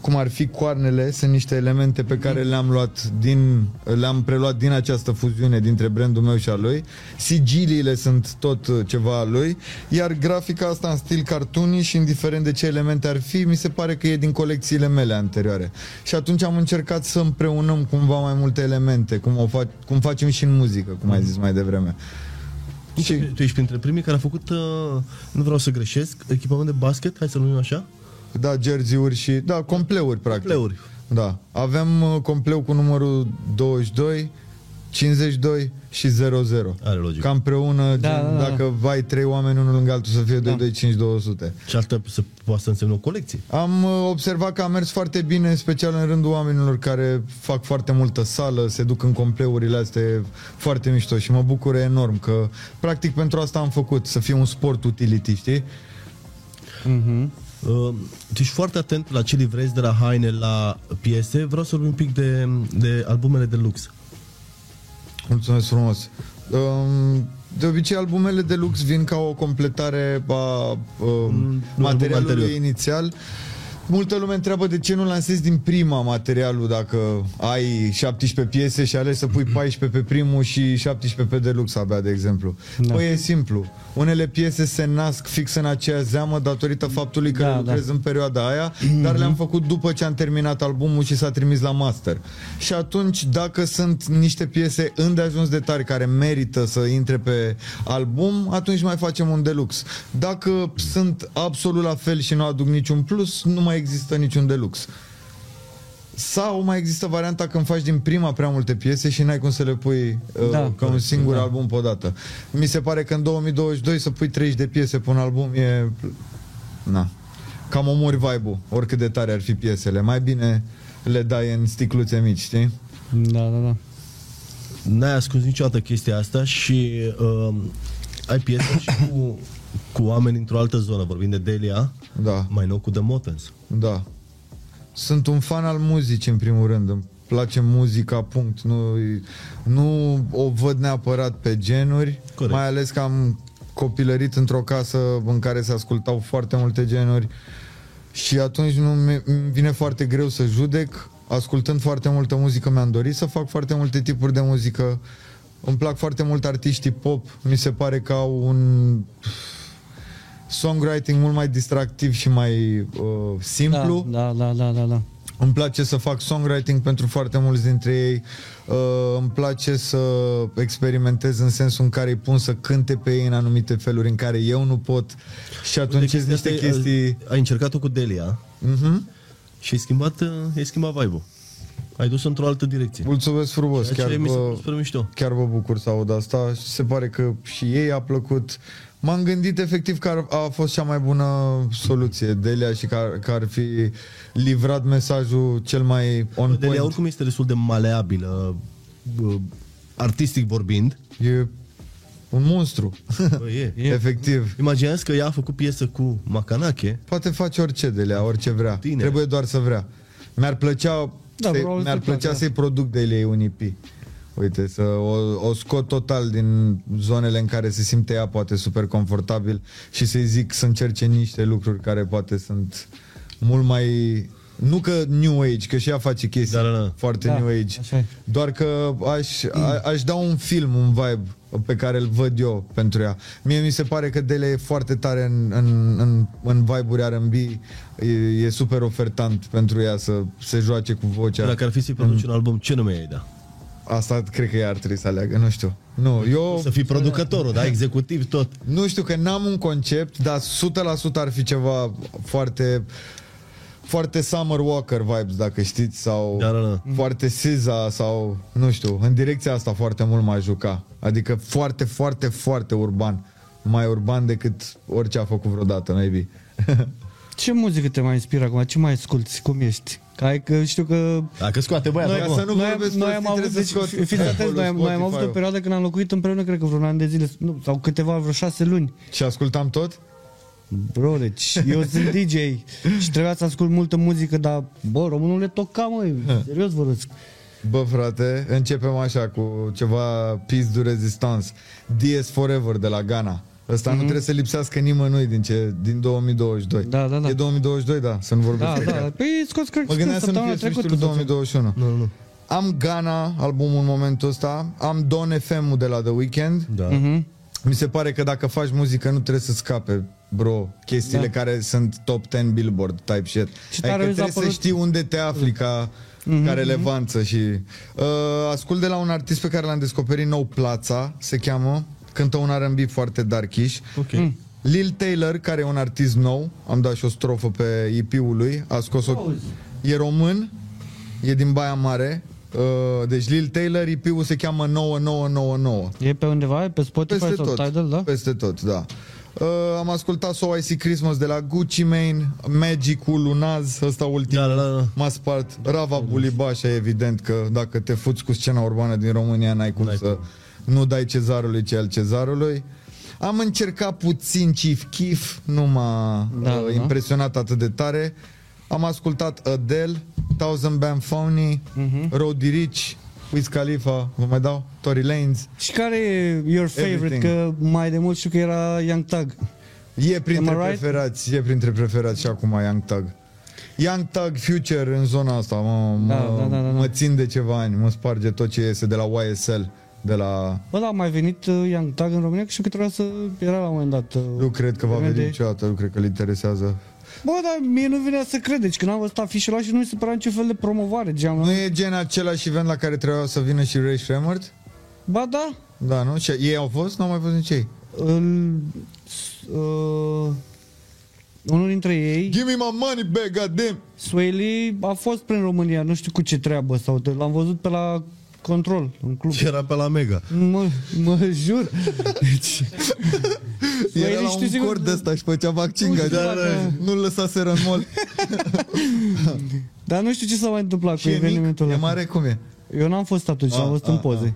Cum ar fi coarnele, sunt niște elemente pe care le-am luat din, le-am preluat din această fuziune dintre brandul meu și al lui. Sigiliile sunt tot uh, ceva al lui, iar grafica asta în stil cartuni și indiferent de ce elemente ar fi, mi se pare că e din colecțiile mele anterioare. Și atunci am încercat să împreunăm cumva mai multe elemente, cum, o fac, cum facem și în muzică, cum ai zis mai devreme. Și Și tu ești printre primii care a făcut, uh, nu vreau să greșesc, echipament de basket, hai să numim așa? da, jerziuri și da, compleuri practic. Pleuri. Da. Avem uh, compleu cu numărul 22, 52 și 00. Are logic. Ca împreună, da, Da, gen, da, da, da. da. dacă vai trei oameni unul lângă altul să fie da. 2, 2, 5, 200. Și asta să poate să însemne o colecție. Am uh, observat că a mers foarte bine, în special în rândul oamenilor care fac foarte multă sală, se duc în compleurile astea, e foarte mișto și mă bucur enorm că, practic, pentru asta am făcut, să fie un sport utility, știi? Mhm. Uh, tu ești foarte atent la ce livrezi de la haine la piese. Vreau să vorbim un pic de, de albumele de lux. Mulțumesc frumos. Um, de obicei, albumele de lux vin ca o completare a um, materialului anterior. inițial. Multă lume întreabă de ce nu lansezi din prima materialul dacă ai 17 piese și alegi să pui 14 pe primul și 17 pe deluxe abia, de exemplu. Da. Păi e simplu. Unele piese se nasc fix în aceea zeamă datorită faptului că Da, da, da. lucrez în perioada aia, dar le-am făcut după ce am terminat albumul și s-a trimis la master. Și atunci, dacă sunt niște piese îndeajuns de tari care merită să intre pe album, atunci mai facem un deluxe. Dacă sunt absolut la fel și nu aduc niciun plus, nu mai există niciun deluxe. Sau mai există varianta când faci din prima prea multe piese și n-ai cum să le pui uh, da, Da, ca un corect, singur da. da. album pe o dată. Mi se pare că în 2022 să pui 30 de piese pe un album e... Na. Cam omori vibe-ul, oricât de tare ar fi piesele. Mai bine le dai în sticluțe mici, știi? uh, Da, da, da. N-ai ascuns niciodată chestia asta și uh, ai piese și cu, cu oameni într-o altă zonă. Vorbim de Delia, Da, mai nou cu The Motens. da. Sunt un fan al muzicii, în primul rând. Îmi place muzica, punct. Nu, nu o văd neapărat pe genuri, Corect. mai ales că am copilărit într-o casă în care se ascultau foarte multe genuri și atunci nu mi îmi vine foarte greu să judec. Ascultând foarte multă muzică, mi-am dorit să fac foarte multe tipuri de muzică. Îmi plac foarte mult artiștii pop, mi se pare că au un songwriting mult mai distractiv și mai uh, simplu. Da, da, da, da, da. Îmi place să fac songwriting pentru foarte mulți dintre ei. Uh, îmi place să experimentez în sensul în care îi pun să cânte pe ei în anumite feluri în care eu nu pot. Și atunci sunt niște chestii... Ai, ai încercat-o cu Delia Mhm. și ai schimbat, uh, ai schimbat vibe-ul. Ai dus într-o altă direcție. Mulțumesc frumos, Ceea chiar ce mi se vă, pare super mișto. chiar vă bucur să aud asta și se pare că și ei a plăcut. M-am gândit efectiv că ar, a fost cea mai bună soluție Delia și că ar, că ar fi livrat mesajul cel mai on Delia point. oricum este destul de maleabilă, bă, artistic vorbind. E un monstru, Bă, *laughs* e. efectiv. Imaginează că ea a făcut piesă cu Macanache. Poate face orice Delia, orice vrea. Tine. Trebuie doar să vrea. Mi-ar plăcea, Da, să, probabil mi-ar să-i plăcea placă, să-i produc de ei un EP. Uite, să o, o scot total din zonele în care se simte ea poate super confortabil și să-i zic să încerce niște lucruri care poate sunt mult mai... Nu că New Age, că și ea face chestii Da, da, da. foarte Da, New Age. așa e. Doar că aș, a, aș da un film, un vibe pe care îl văd eu pentru ea. Mie mi se pare că Dele e foarte tare în, în, în, în vibe-uri R&B, e, e super ofertant pentru ea să se joace cu vocea. Dacă ar fi să-i produci Mm. un album, ce nume ai da? Asta cred că ea ar trebui să aleagă, nu știu. Nu, eu Să fii producătorul, da? Executiv, tot. nu știu că n-am un concept, dar 100% ar fi ceva foarte foarte Summer Walker vibes, dacă știți, sau Da, da, da. foarte SZA sau, nu știu, în direcția asta foarte mult m-a juca. Adică foarte, foarte, foarte urban. Mai urban decât orice a făcut vreodată, maybe. Ce muzică te mai inspiră acum? Ce mai asculti? Cum ești? Că, ai, că știu că Dacă scoate băiatul Noi- acum. să nu noi, vorbesc noi prostii, am trebuie avut, să deci, scoți fiți atenți, acolo noi, am- noi am avut o Spotify-ul. perioadă când am locuit împreună, cred că vreun an de zile, nu, sau câteva, vreo șase luni. *laughs* Și ascultam tot? Bro, deci eu sunt DJ și trebuia să ascult multă muzică, dar, bă, românul le toca, măi, serios vorbesc. Bă, frate, începem așa cu ceva Peace du Resistance. DS Forever de la Ghana. Ăsta mm-hmm. Mhm. nu trebuie să lipsească nimănui din, ce, din 2022. Da, da, da. E 2022, da, să nu vorbesc. Da, de da, ea. păi scos cred Mă gândeam să nu săptămâna fie trecută. da. sfârșitul 2021. Nu, nu. Am Ghana, albumul în momentul ăsta. Am Don FM-ul de la The Weeknd. Da. Mhm. Mi se pare că dacă faci muzică nu trebuie să scape, bro, chestiile da. Da. care sunt top 10 Billboard type shit. Și adică tare Mhm, mi s-a trebuie să părut- știi unde te afli ca, mm-hmm, ca relevanță și uh, ascult de la un artist pe care l-am descoperit nou Plața, se cheamă, cântă un R&B foarte darkish. Ok. Lil Taylor, care e un artist nou, am dat și o strofă pe EP-ul lui, a scos o... E român, e din Baia Mare, uh, deci Lil Taylor, EP-ul se cheamă 9999. E pe undeva, e pe Spotify Peste sau tot, Tidal, da? peste tot, da. Uh, am ascultat So I See Christmas de la Gucci Mane, Magic-ul Lunaz, ăsta ultim. Da, da, da, da. M-a spart Rava Bulibașa, evident că dacă te fuți cu scena urbană din România, n-ai cum N-ai să nu dai cezarului ce al cezarului. Am încercat puțin Chief Keef, nu m-a Da, da, uh, da. impresionat atât de tare. Am ascultat Adele, Thousand Band Phony, uh-huh. Roddy Rich, Wiz Khalifa, vă mai dau? Tory Lanez. Și care e your favorite? Everything. Că mai de mult știu că era Young Tag. E printre Am I right? preferați, e printre preferați și acum Young Thug. Young Thug Future în zona asta, mă, mă, Da, da, da, da, da. mă țin de ceva ani, mă sparge tot ce iese de la YSL, de la... Bă, da, a mai venit uh, Young Tag în România că știu că trebuia să era la un moment dat. uh, Nu cred că va eveniment veni de- niciodată, nu cred că îl interesează. Bă, dar mie nu venea să cred, deci când am văzut afișul ăla și nu mi se părea niciun fel de promovare, geam Nu la... e gen același event la care trebuia să vină și Ray Shremmert? Ba da, Da, nu? Și ei au fost? N-au mai fost nici ei. îl... s- Uh, unul dintre ei, Give me my money back, goddamn! Sway Lee, a fost prin România, nu știu cu ce treabă, sau de- l-am văzut pe la control, în club. Și Era pe la Mega. Mă, mă jur. Deci, Sway Era Lee, la știu un Păi sigur- cord ăsta și făcea vaccin, Nu gata. știu dacă- nu-l lăsaseră în mol. Dar nu știu ce s-a mai întâmplat Și cu e mic, evenimentul e Păi ăla. mare Ah, cum e? Eu n-am fost atunci, A, am văzut a, în a. poze.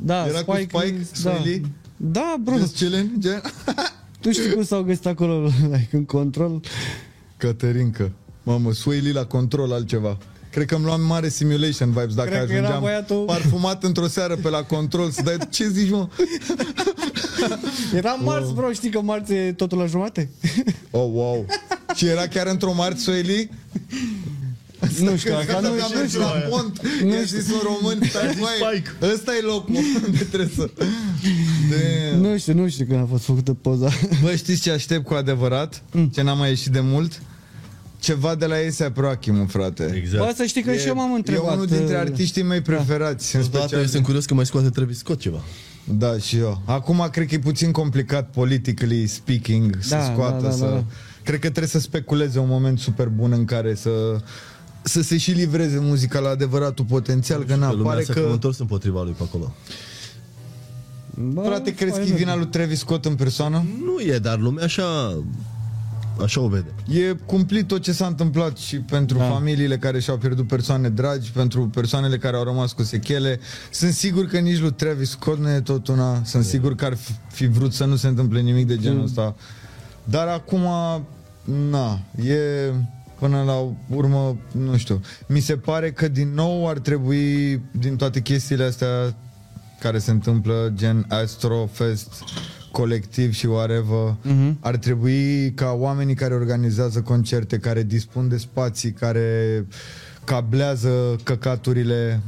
Da, ah. Era cu Spike, da. Sway Lee? Da, bro, Just chilling, gen? tu știi cum s-au găsit acolo, *laughs* like, în control? Cătărincă. Mamă, Swaley la control altceva. Cred că îmi luam mare simulation vibes dacă Cred că era ajungeam băiatul- parfumat într-o seară pe la control să dai... Ce zici, mă? Era marți, bro, știi că marți e totul la *laughs* jumate? Oh, wow. Și era chiar într-o mare Swaley? nu știu, Că asta nu nu am mers știu. la pont. I-a zis un *laughs* român, stai, mai, Spike. ăsta e locul unde trebuie să... De... Nu știu, nu știu când a fost făcută poza. Bă, știți ce aștept cu adevărat? Mm. Ce n-am mai ieșit de mult? Ceva de la A$AP Rocky, mă, frate. Bă, Exact. să știi că și eu m-am întrebat. E unul dintre uh, artiștii mei preferați. în Toată special eu sunt curios că mai scoate Travis Scott ceva. Da, și eu. Acum cred că e puțin complicat politically speaking să Da, scoată, da, da, să... da, da. Cred că trebuie să speculeze un moment super bun în care să să se și livreze muzica la adevăratul potențial, că na, Pe lumea pare asta că... m-a că... întors împotriva lui pe acolo. Bă, Frate, crezi că e hai, vina lui Travis Scott în persoană? Nu e, dar lumea așa, așa o vede. E cumplit tot ce s-a întâmplat și pentru da. familiile care și-au pierdut persoane dragi, pentru persoanele care au rămas cu sechele. Sunt sigur că nici lui Travis Scott nu e tot una. Sunt sigur că ar fi vrut să nu se întâmple nimic de genul ăsta. Dar acum, na, e până la urmă, nu știu. Mi se pare că din nou ar trebui, din toate chestiile astea care se întâmplă, gen Astrofest, colectiv și whatever, mm-hmm. ar trebui ca oamenii care organizează concerte, care dispun de spații, care cablează căcaturile,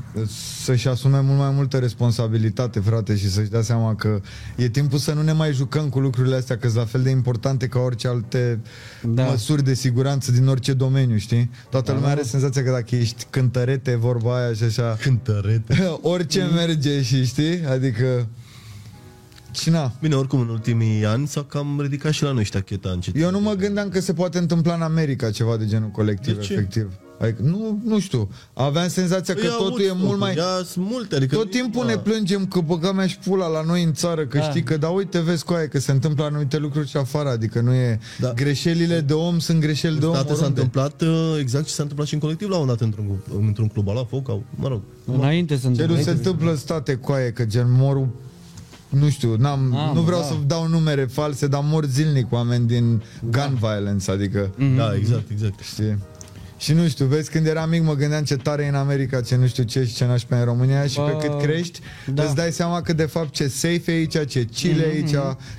să-și asume mult mai multă responsabilitate, frate, și să-și dea seama că e timpul să nu ne mai jucăm cu lucrurile astea, că sunt la fel de importante ca orice alte da. Da. măsuri de siguranță din orice domeniu, știi? Toată lumea are senzația că dacă ești cântărete, vorba aia și așa, Cântărete. *laughs* orice Mm. merge și știi, adică și na, Bine, oricum, în ultimii ani s-a cam ridicat și la noi ștacheta încet. eu nu mă gândeam că se poate întâmpla în America ceva de genul De colectiv, de ce? Păi, efectiv. Adică, nu, nu știu, aveam senzația că Ia totul uite, e mult mai... Ia, sunt multe, adică... Tot timpul Da. ne plângem că băga mea și pula la noi în țară, că da. Da. știi că, da, uite, vezi cu aia că se întâmplă anumite lucruri și afară, adică nu e... Da. Da. Greșelile de om sunt greșeli de om Dată s-a oriunde. întâmplat uh, exact ce s-a întâmplat și în colectiv la un dat într-un, grup- într-un club, a luat foc, au, mă rog. Înainte să Ce nu se întâmple. întâmplă în state coaie, că gen morul nu știu, n-am, Am, nu vreau da. să dau numere false, dar mor zilnic oameni din Da. gun violence, adică, Da, exact, exact. știi? Și nu știu, vezi, când eram mic mă gândeam ce tare e în America, ce nu știu ce și ce n-aș pe în România și Bă, pe cât crești, da. da. Mhm. îți dai seama că de fapt ce safe e aici, ce chill e aici,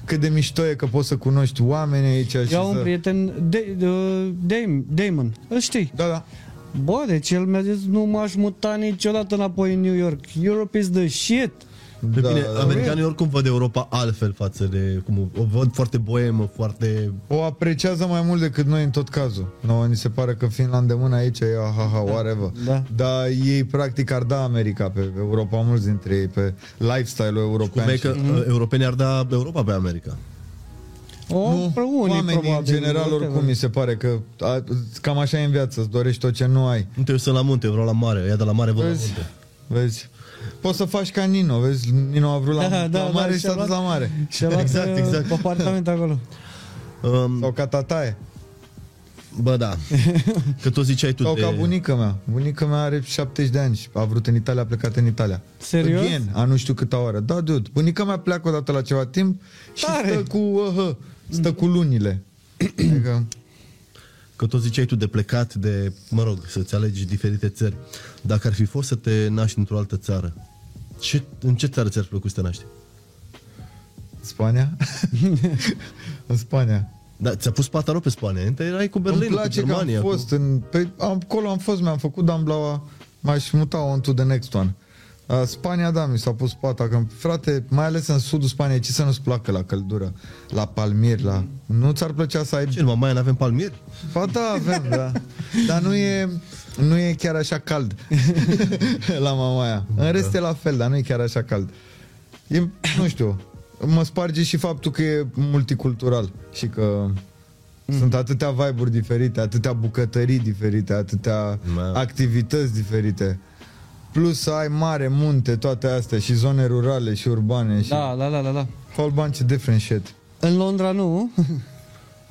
cât de mișto e că poți să cunoști oameni aici și Eu am un să... prieten, de, de, de, Damon, îl știi. Da, da. Bă, deci el mi-a zis, nu m-aș muta niciodată înapoi în New York. Europe is the shit. Pe da, da, bine, da, da. americanii oricum văd Europa altfel față de cum o văd foarte boemă, foarte O apreciază mai mult decât noi în tot cazul. Nouă ni se pare că fiind la îndemână aici e ha ha whatever. da. Dar ei practic ar da America pe Europa, mulți dintre ei, pe lifestyle-ul cum european. e că uh, europenii ar da Europa pe America. O, nu, pe unii, oamenii probabil, în general whatever. oricum mi se pare că a, cam așa e în viață, îți dorești tot ce nu ai. Nu te eu sunt la munte, eu vreau la mare, ea de la mare văd la Vezi? munte. Vezi? Poți să faci ca Nino, vezi? Nino a vrut la, *laughs* Da, da, la da, mare și și-a s-a dus luat- la mare. *laughs* Și-a luat Exact, exact, exact. exact. apartament acolo. Um, Sau ca tataie. bă, *laughs* da, că tot ziceai tu Sau de... ca bunica mea. Bunica mea are 70 de ani și a vrut în Italia, a plecat în Italia. Serios? Again, a nu știu câta oră. Da, dude, bunica mea pleacă odată la ceva timp și Tare! stă cu uh, stă cu *clears throat* lunile. Adică, Că tot ziceai tu de plecat, de, mă rog, să-ți alegi diferite țări. Dacă ar fi fost să te naști într-o altă țară, ce, în ce țară ți-ar fi plăcut să te naști? *laughs* Spania? în Spania. Da, ți-a pus patarul pe Spania, te erai cu Berlin, Îmi place cu că am Germania. fost în, pe, am- acolo am fost, mi-am făcut damblaua, m-aș muta on to the next one. Uh, Spania, da, mi s-a pus pata că, frate, mai ales în sudul Spaniei, ce să nu-ți placă la căldură, la palmieri, la... Nu ți-ar plăcea să ai Cu... Ce, numai mai n-avem palmieri? Ba da, avem, da. Dar nu e, nu e chiar așa cald *laughs* la Mamaia. În rest e la fel, dar nu e chiar așa cald. E, nu știu, mă sparge și faptul că e multicultural și că mm. sunt atâtea vibe-uri diferite, atâtea bucătării diferite, atâtea Da. activități diferite. Plus să ai mare, munte, toate astea și zone rurale și urbane și Da, da, da, da, da. whole bunch of different shit. În Londra *laughs* nu.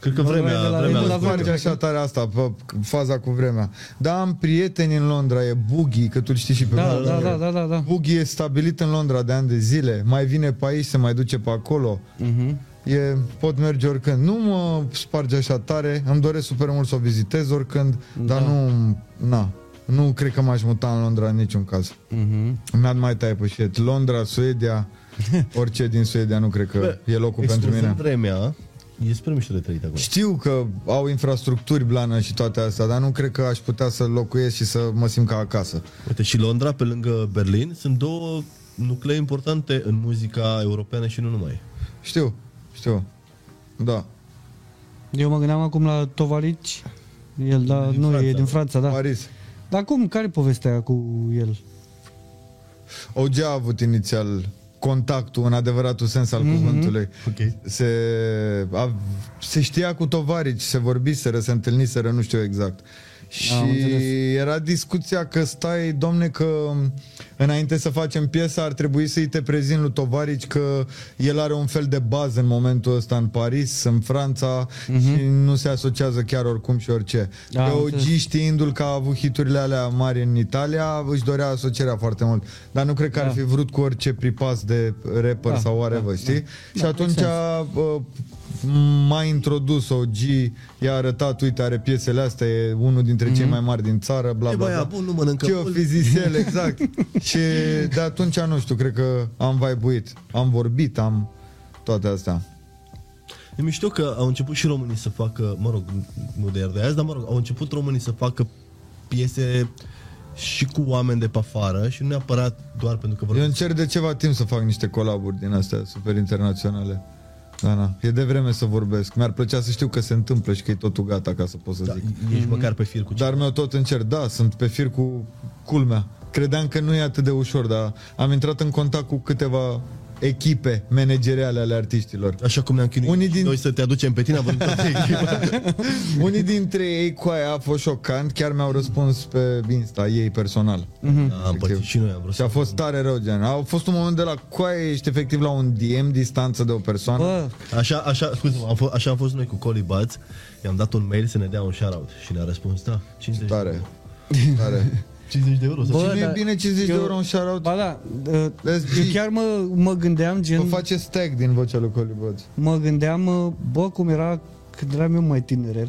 Cred că Mă, vremea, de la- vremea de la îl Nu spune. face așa tare asta, pe faza cu vremea. Dar am prieteni în Londra, e Boogie, că tu îl știi și pe Da, Boogie. da, da, da, da, da. Boogie e stabilit în Londra de ani de zile, mai vine pe aici, se mai duce pe acolo. Mhm. E, pot merge oricând. Nu mă sparge așa tare, îmi doresc super mult să o vizitez oricând, dar Da. nu, na, nu cred că m-aș muta în Londra în niciun caz. Mhm. Mi-ar mai tai pe shit. Londra, *laughs* Suedia, orice din Suedia nu cred că Bă, e locul pentru Excluzând mine. vremea, e super mișto de trăit acolo. Știu că au infrastructuri blană și toate astea, dar nu cred că aș putea să locuiesc și să mă simt ca acasă. Uite, și Londra, pe lângă Berlin, sunt două nuclee importante în muzica europeană și nu numai. Știu, știu. Da. Eu mă gândeam acum la Tovarici. El, da, Din nu, e Franța. din Franța, da. Paris. Dar cum? Care-i povestea aia cu el? OG a avut inițial contactul în adevăratul sens al mm-hmm. cuvântului. Ok. Se, a, se știa cu tovarici, se vorbiseră, se întâlniseră, nu știu exact. Și Am înțeles. era discuția că stai, domne, că înainte să facem piesa ar trebui să-i te prezint lui Tovarici că el are un fel de bază în momentul ăsta în Paris, în Franța și nu se asociază chiar oricum și orice. Mhm. Da, Pe am OG, înțeles. știindu-l că a avut hiturile alea mari în Italia, își dorea asocierea foarte mult. Dar nu cred că ar Da. fi vrut cu orice pripas de rapper Da, sau whatever, da, știi? da. Și Da, atunci make uh, m-a introdus OG, i-a arătat, uite, are piesele astea, e unul dintre Mhm. cei mai mari din țară, bla E bla băia bla. bun, nu mănâncă Ce o mult. fi zis *laughs* el, exact. și de atunci, nu știu, cred că am vibuit, am vorbit, am toate astea. E mișto că au început și românii să facă, mă rog, nu de iar de azi, dar mă rog, au început românii să facă piese și cu oameni de pe afară și nu neapărat doar pentru că Eu vorbim. încerc de ceva timp să fac niște colaburi din astea super internaționale. Da, na. E de vreme să vorbesc. Mi-ar plăcea să știu că se întâmplă și că e totul gata, ca să pot să Da, zic. ești măcar pe fir cu ce. Dar meu tot încerc, da, sunt pe fir cu culmea. Credeam că nu e atât de ușor, dar am intrat în contact cu câteva echipe manageriale ale artiștilor. Așa cum ne-am chinuit Unii și din- noi să te aducem pe tine, având toată echipa. *laughs* Unii dintre ei cu aia a fost șocant, chiar mi-au răspuns pe Insta, ei personal. Mm-hmm. Da, am pățit și noi, am vrut Și a să... fost tare rău, gen. A fost un moment de la coaie, ești efectiv la un DM distanță de o persoană. Bă, Așa, așa, scuze am fost, așa am fost noi cu Coli Bats, i-am dat un mail să ne dea un shout-out și ne-a răspuns, da, 50 de Tare. *laughs* Tare. 50 de euro. Sau Bă, ce? nu e dar bine 50 de euro un shout-out? Da, Ba da, uh, Let's eu G. chiar mă, mă gândeam, gen, Vă face stack din vocea lui Colibot. mă gândeam, uh, bă, cum era când eram eu mai tinerel.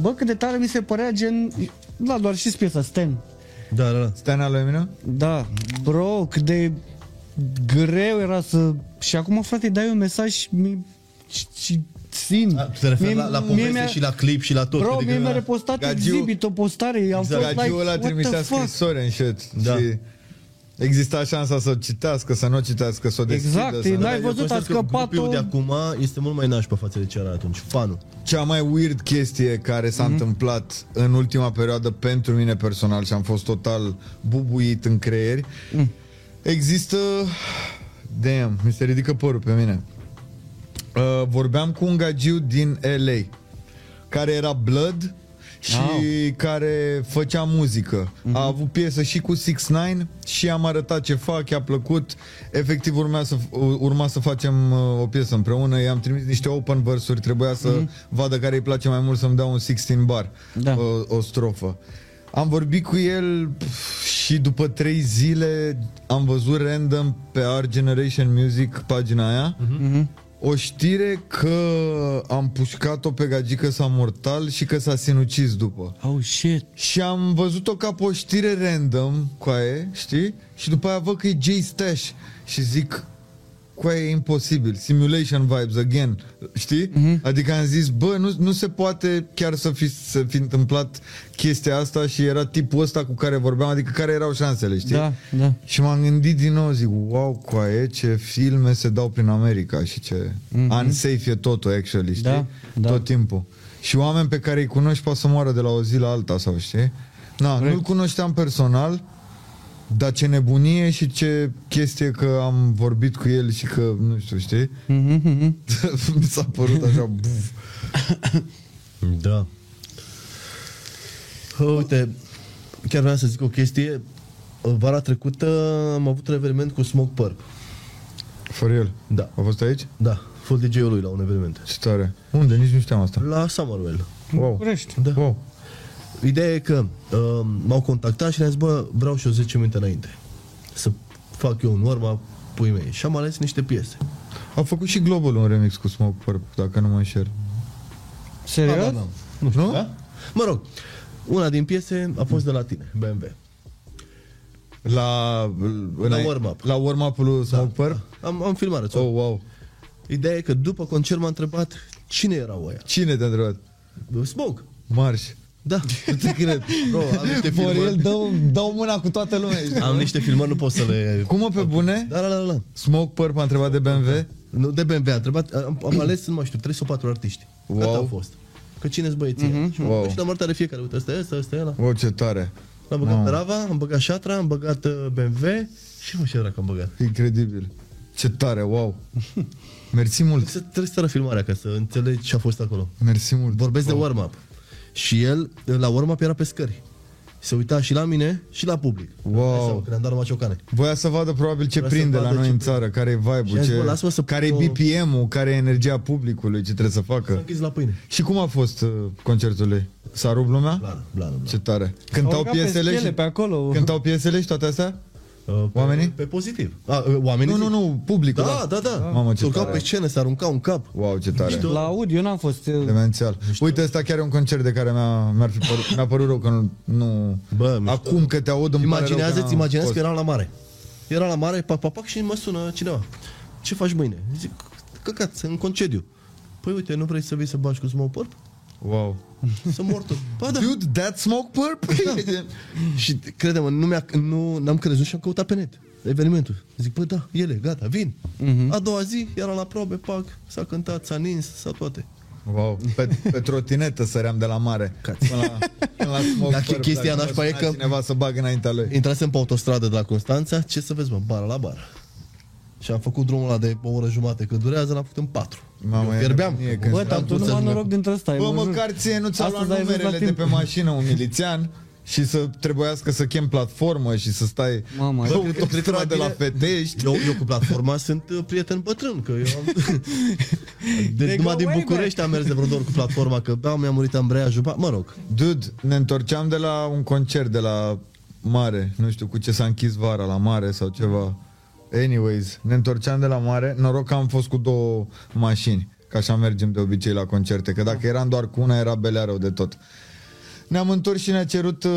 bă, cât de tare mi se părea, gen, da, doar și piesa Stan. Da, da, da. Stai lui Eminem? Da, bro, cât de greu era să... Și acum, frate, îi dai un mesaj mi- și, și țin. A, tu te referi la, la poveste Da. mi-a- și la clip și la tot. Bro, adică mie mi-a era- repostat Gagiu- exhibit o postare, am Exact. fost Păi, like, Gagiul ăla what the trimitea fuck? scrisori în shit. Da. Și exista șansa să o citească, să nu o citească, să o deschidă. Exact, să... e nu- n-ai eu văzut, constat a că scăpat-o. grupiul de acum este mult mai nașpa față de ce era atunci. Fanul. Cea mai weird chestie care Mhm. s-a întâmplat în ultima perioadă pentru mine personal și am fost total bubuit în creier. Mm. Există... Damn, mi se ridică părul pe mine. Uh, vorbeam cu un gagiu din LA care era Blood și Au. care făcea muzică. A avut piesă și cu 6 9 și am arătat ce fac, i-a plăcut. Efectiv urma să, urma să facem uh, o piesă împreună. I-am trimis niște open versuri, trebuia să vadă care îi place mai mult să-mi dea un 16 bar, Uh, Da. o, o strofă. Am vorbit cu el pf, și după trei zile am văzut random pe Our Generation Music pagina aia o știre că am pușcat-o pe gagică sa mortal și că s-a sinucis după. Oh, shit. Și am văzut-o ca pe o știre random, coaie, știi? Și după aia văd că e Jay Stash și zic, coaie, e imposibil, simulation vibes again, știi? Adică am zis, bă, nu, nu se poate chiar să fi, să fi întâmplat chestia asta și era tipul ăsta cu care vorbeam, adică care erau șansele, știi? Da, da. Și m-am gândit din nou, zic, wow, coaie, ce filme se dau prin America și ce mm-hmm. unsafe e totul, actually, știi? Mhm. Da, da. Tot timpul. Și oameni pe care îi cunoști poate să moară de la o zi la alta sau știi? Na, Corect. nu-l cunoșteam personal, dar ce nebunie și ce chestie că am vorbit cu el și că, nu știu, știi? Mhm, mhm. *laughs* Mi s-a părut așa, buf. Da. Uite, chiar vreau să zic o chestie. Vara trecută am avut un eveniment cu Smoke Purp. Fără el. Da. A fost aici? Da, full DJ-ul lui la un eveniment. Ce tare. Unde? Nici nu știam asta. La Summerwell. Wow. București. Da. Wow. Ideea e că uh, m-au contactat și le-am zis, bă, vreau și eu 10 minute înainte. Să fac eu un urma pui mei. Și am ales niște piese. A făcut și Global un remix cu Smoke Purp, dacă nu mă înșel. Serios? Nu știu, Nu? da? Mă rog, una din piese a fost de la tine, BMW. La, la, warm-up. Da. La warm-up-ul lui Smoke da. Purp? Am, am filmare, ți-o Oh, wow. Ideea e că după concert m-a întrebat cine era oia. Cine te-a întrebat? Smoke. Marș. Da, nu te cred. Bro, am *laughs* niște Borel, filmări. dau, dau mâna cu toată lumea. Ești. Am niște filmări, nu pot să le... da. Cum mă, pe bune? Da, da, da, da. Smoke Purp a întrebat de BMW? Nu, de BMW a întrebat, am, am ales, nu mai știu, 3 sau 4 artiști. Wow. Mhm. Gata au fost. Că cine-s băieții mm-hmm. Și Wow. wow. l-am arătat de fiecare, uite, ăsta e ăsta, ăsta e ăla. Wow, ce tare. L-am băgat Mamă. pe Rava, am băgat Shatra, am băgat uh, BMW și nu știu dacă am băgat. Incredibil. Ce tare, wow. Mersi mult. Să- Trebuie să arăt filmarea ca să înțelegi ce a fost acolo. Mersi mult. Vorbesc de warm-up. Și el, la urmă, era pe scări. Se uita și la mine și la public. Wow. Dai seama, Cream doar numai ciocane. Voia să vadă probabil ce Voia să prinde la vadă noi ce în prinde. țară, care e Și vibe-ul, am zis, ce- bă, lasă-mă să care e pun o- BPM-ul, care e energia publicului, ce trebuie să S-a facă. închis la pâine. Și cum a fost uh, concertul lui? S-a rupt lumea? Blană, blană, blană. Ce tare. Cântau urcat pe piesele schele și... pe acolo. Cântau piesele și toate astea? Uh, pe- Oamenii? Pe pozitiv. A, uh, oamenii? Nu, nu, zic. nu, publicul. Da, da, da. Mamă, ce Se urcau tare. pe scenă, se aruncau în cap. Wow, ce tare. La audio eu n-am fost. eu- Demențial. Uite, ăsta chiar e un concert de care mi-a, mi-ar fi părut, mi-a părut rău că nu... nu... Bă, mișto. Acum că te aud, îmi pare rău Imaginează-ți, n-am imaginează fost. că eram la mare. Eram la mare, pac, pac, pac și mă sună cineva. Ce faci mâine? Zic, căcat, sunt în concediu. Păi uite, nu vrei să vii să bagi cu smoke purp? Wow. Să mor tu. Ba da. Dude, that smoke purp? și crede-mă, nu, mi-a, nu n-am crezut și am căutat pe net evenimentul. Zic, bă, da, ele, gata, vin. A doua zi, eram la probe, pac, s-a cântat, s-a nins, s-a toate. Wow, pe, pe trotinetă săream de la mare Cați. până la, până la smoke Dacă purp, chestia dacă mă nașpa e suna că- cineva să bag înaintea lui Intrasem pe autostradă de la Constanța, ce să vezi, mă, bară la bară. Și am făcut drumul ăla de o oră jumate cât durează, l-am făcut în patru. Mamă, Eu e fierbeam. nebunie că când Bă, eram dar tu puțin nu ai nebun. noroc dintre ăsta. Bă, măcar ție nu ți-au luat numerele de pe mașină un milițian și să trebuiască să chem platformă și să stai Mamă, pe bă, cred că- cred că mai autostradă la bine- Fetești. Eu, eu cu platforma sunt uh, prieten bătrân, că eu am... De, They numai go din way back. București am mers de vreo două ori cu platforma, că da, mi-a murit ambreiajul, ba, mă rog. Dude, ne întorceam de la un concert de la mare, nu știu cu ce s-a închis vara, la mare sau ceva. Anyways, ne întorceam de la mare, noroc că am fost cu două mașini, că așa mergem de obicei la concerte, că dacă eram doar cu una era belea rău de tot. Ne-am întors și ne-a cerut uh,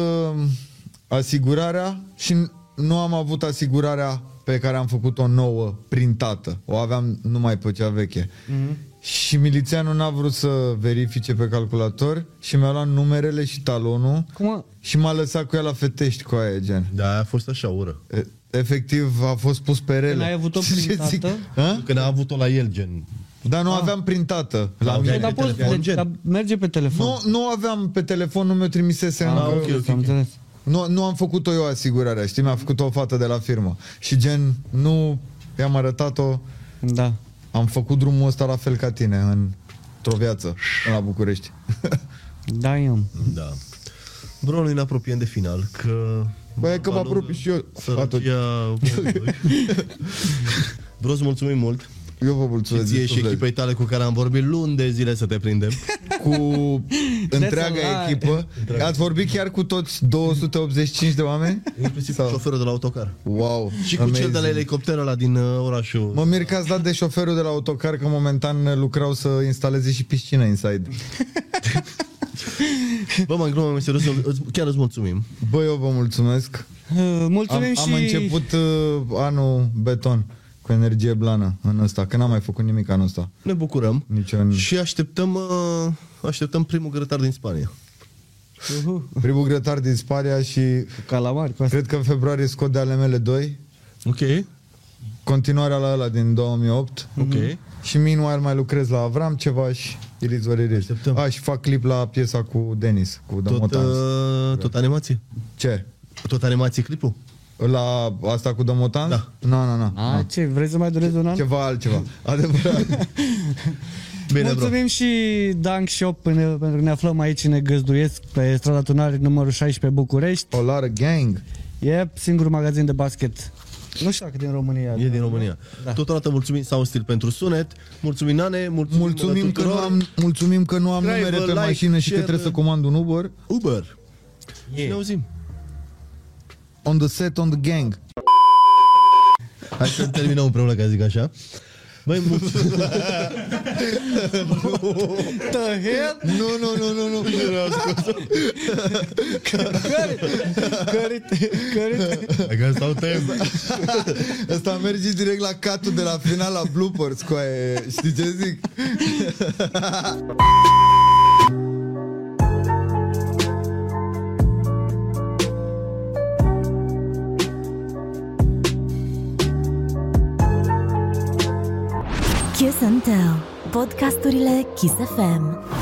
asigurarea și n- nu am avut asigurarea pe care am făcut-o nouă, printată. O aveam numai pe cea veche. Mhm. Mm-hmm. Și milițianul n-a vrut să verifice pe calculator și mi-a luat numerele și talonul Cum mă? și m-a lăsat cu ea la fetești cu aia, gen. Da, a fost așa ură. E- Efectiv, a fost pus pe rele. n-ai avut-o Și *laughs* ce zic? printată? Hă? Când a avut-o la el, gen... Dar Ah. nu aveam printată Da, la aveai mine. pe Dar poți, telefon, deci, gen. dar merge pe telefon. Nu, nu aveam pe telefon, nu mi-o trimisese Ah, încă. ok, ok, Am ok. înțeles. Nu, nu am făcut-o eu asigurarea, știi? Mi-a făcut-o o fată de la firmă. Și gen, nu i-am arătat-o. Da. Am făcut drumul ăsta la fel ca tine, în, într-o viață, până la București. *laughs* Da, eu. Da. Bro, noi ne apropiem de final, că... Băi, Păi, că mă apropii și eu. Atunci. Sărăcia... *laughs* Bro, îți mulțumim mult. Eu vă Și mulțumesc. ție din și suflet. echipei tale cu care am vorbit luni de zile să te *laughs* prindem. *laughs* Cu întreaga That's a lie. echipă. Ați vorbit chiar cu toți 285 de oameni? Inclusiv cu șoferul de la autocar. Wow. Și cu cel de la elicopter ăla din uh, orașul... Mă mir că ați dat de șoferul de la autocar că momentan lucrau să instaleze și piscina inside. Bă, mă, în glumă, în serios, îți- chiar îți mulțumim. Băi, eu vă mulțumesc. Uh, Am, Mulțumim și... am început uh, anul beton cu energie blană în ăsta, că n-am mai făcut nimic anul ăsta. Ne bucurăm. Nici în... Și așteptăm, uh, așteptăm primul grătar din Spania. Uhu, Primul grătar din Sparia și Calamari cu asta. cred că în februarie scot de ale mele 2, Ok, continuarea la ăla din 2008. ok. Și meanwhile mai lucrez la Avram ceva și Iris Oriris. Așteptăm. A, și fac clip la piesa cu Denis, cu Tot, Domotans. Tot, uh... uh, tot animație? Ce? Tot animație clipul? La asta cu Domotans? Da. Nu, nu, nu. A, ce, vrei să mai durezi un an? Ceva altceva. *laughs* Adevărat. Bine, Mulțumim și Dank Shop până- pentru că ne aflăm aici, ne găzduiesc pe strada Tunare numărul 16 București. Olar Gang. E singurul magazin de basket. Nu știu dacă din România. bro. E din România. Da. Da. Totodată mulțumim Sound Steel pentru sunet, mulțumim Nane, mulțumim, Mulțumim că, nu tuturor. am, mulțumim că nu am Drive, numere pe like, mașină și că share. trebuie să comand un Uber. Uber. Yeah. Ne auzim. On the set, on the gang. Hai să terminăm împreună, ca zic așa. Băi, mulțumim. Nu, nu, nu, nu, nu. Cărit, cărit. Dacă stau tem. Ăsta merge direct la catul de la final la bloopers cu aia. Știi ce zic? Kiss and Tell. Podcasturile Kiss FM.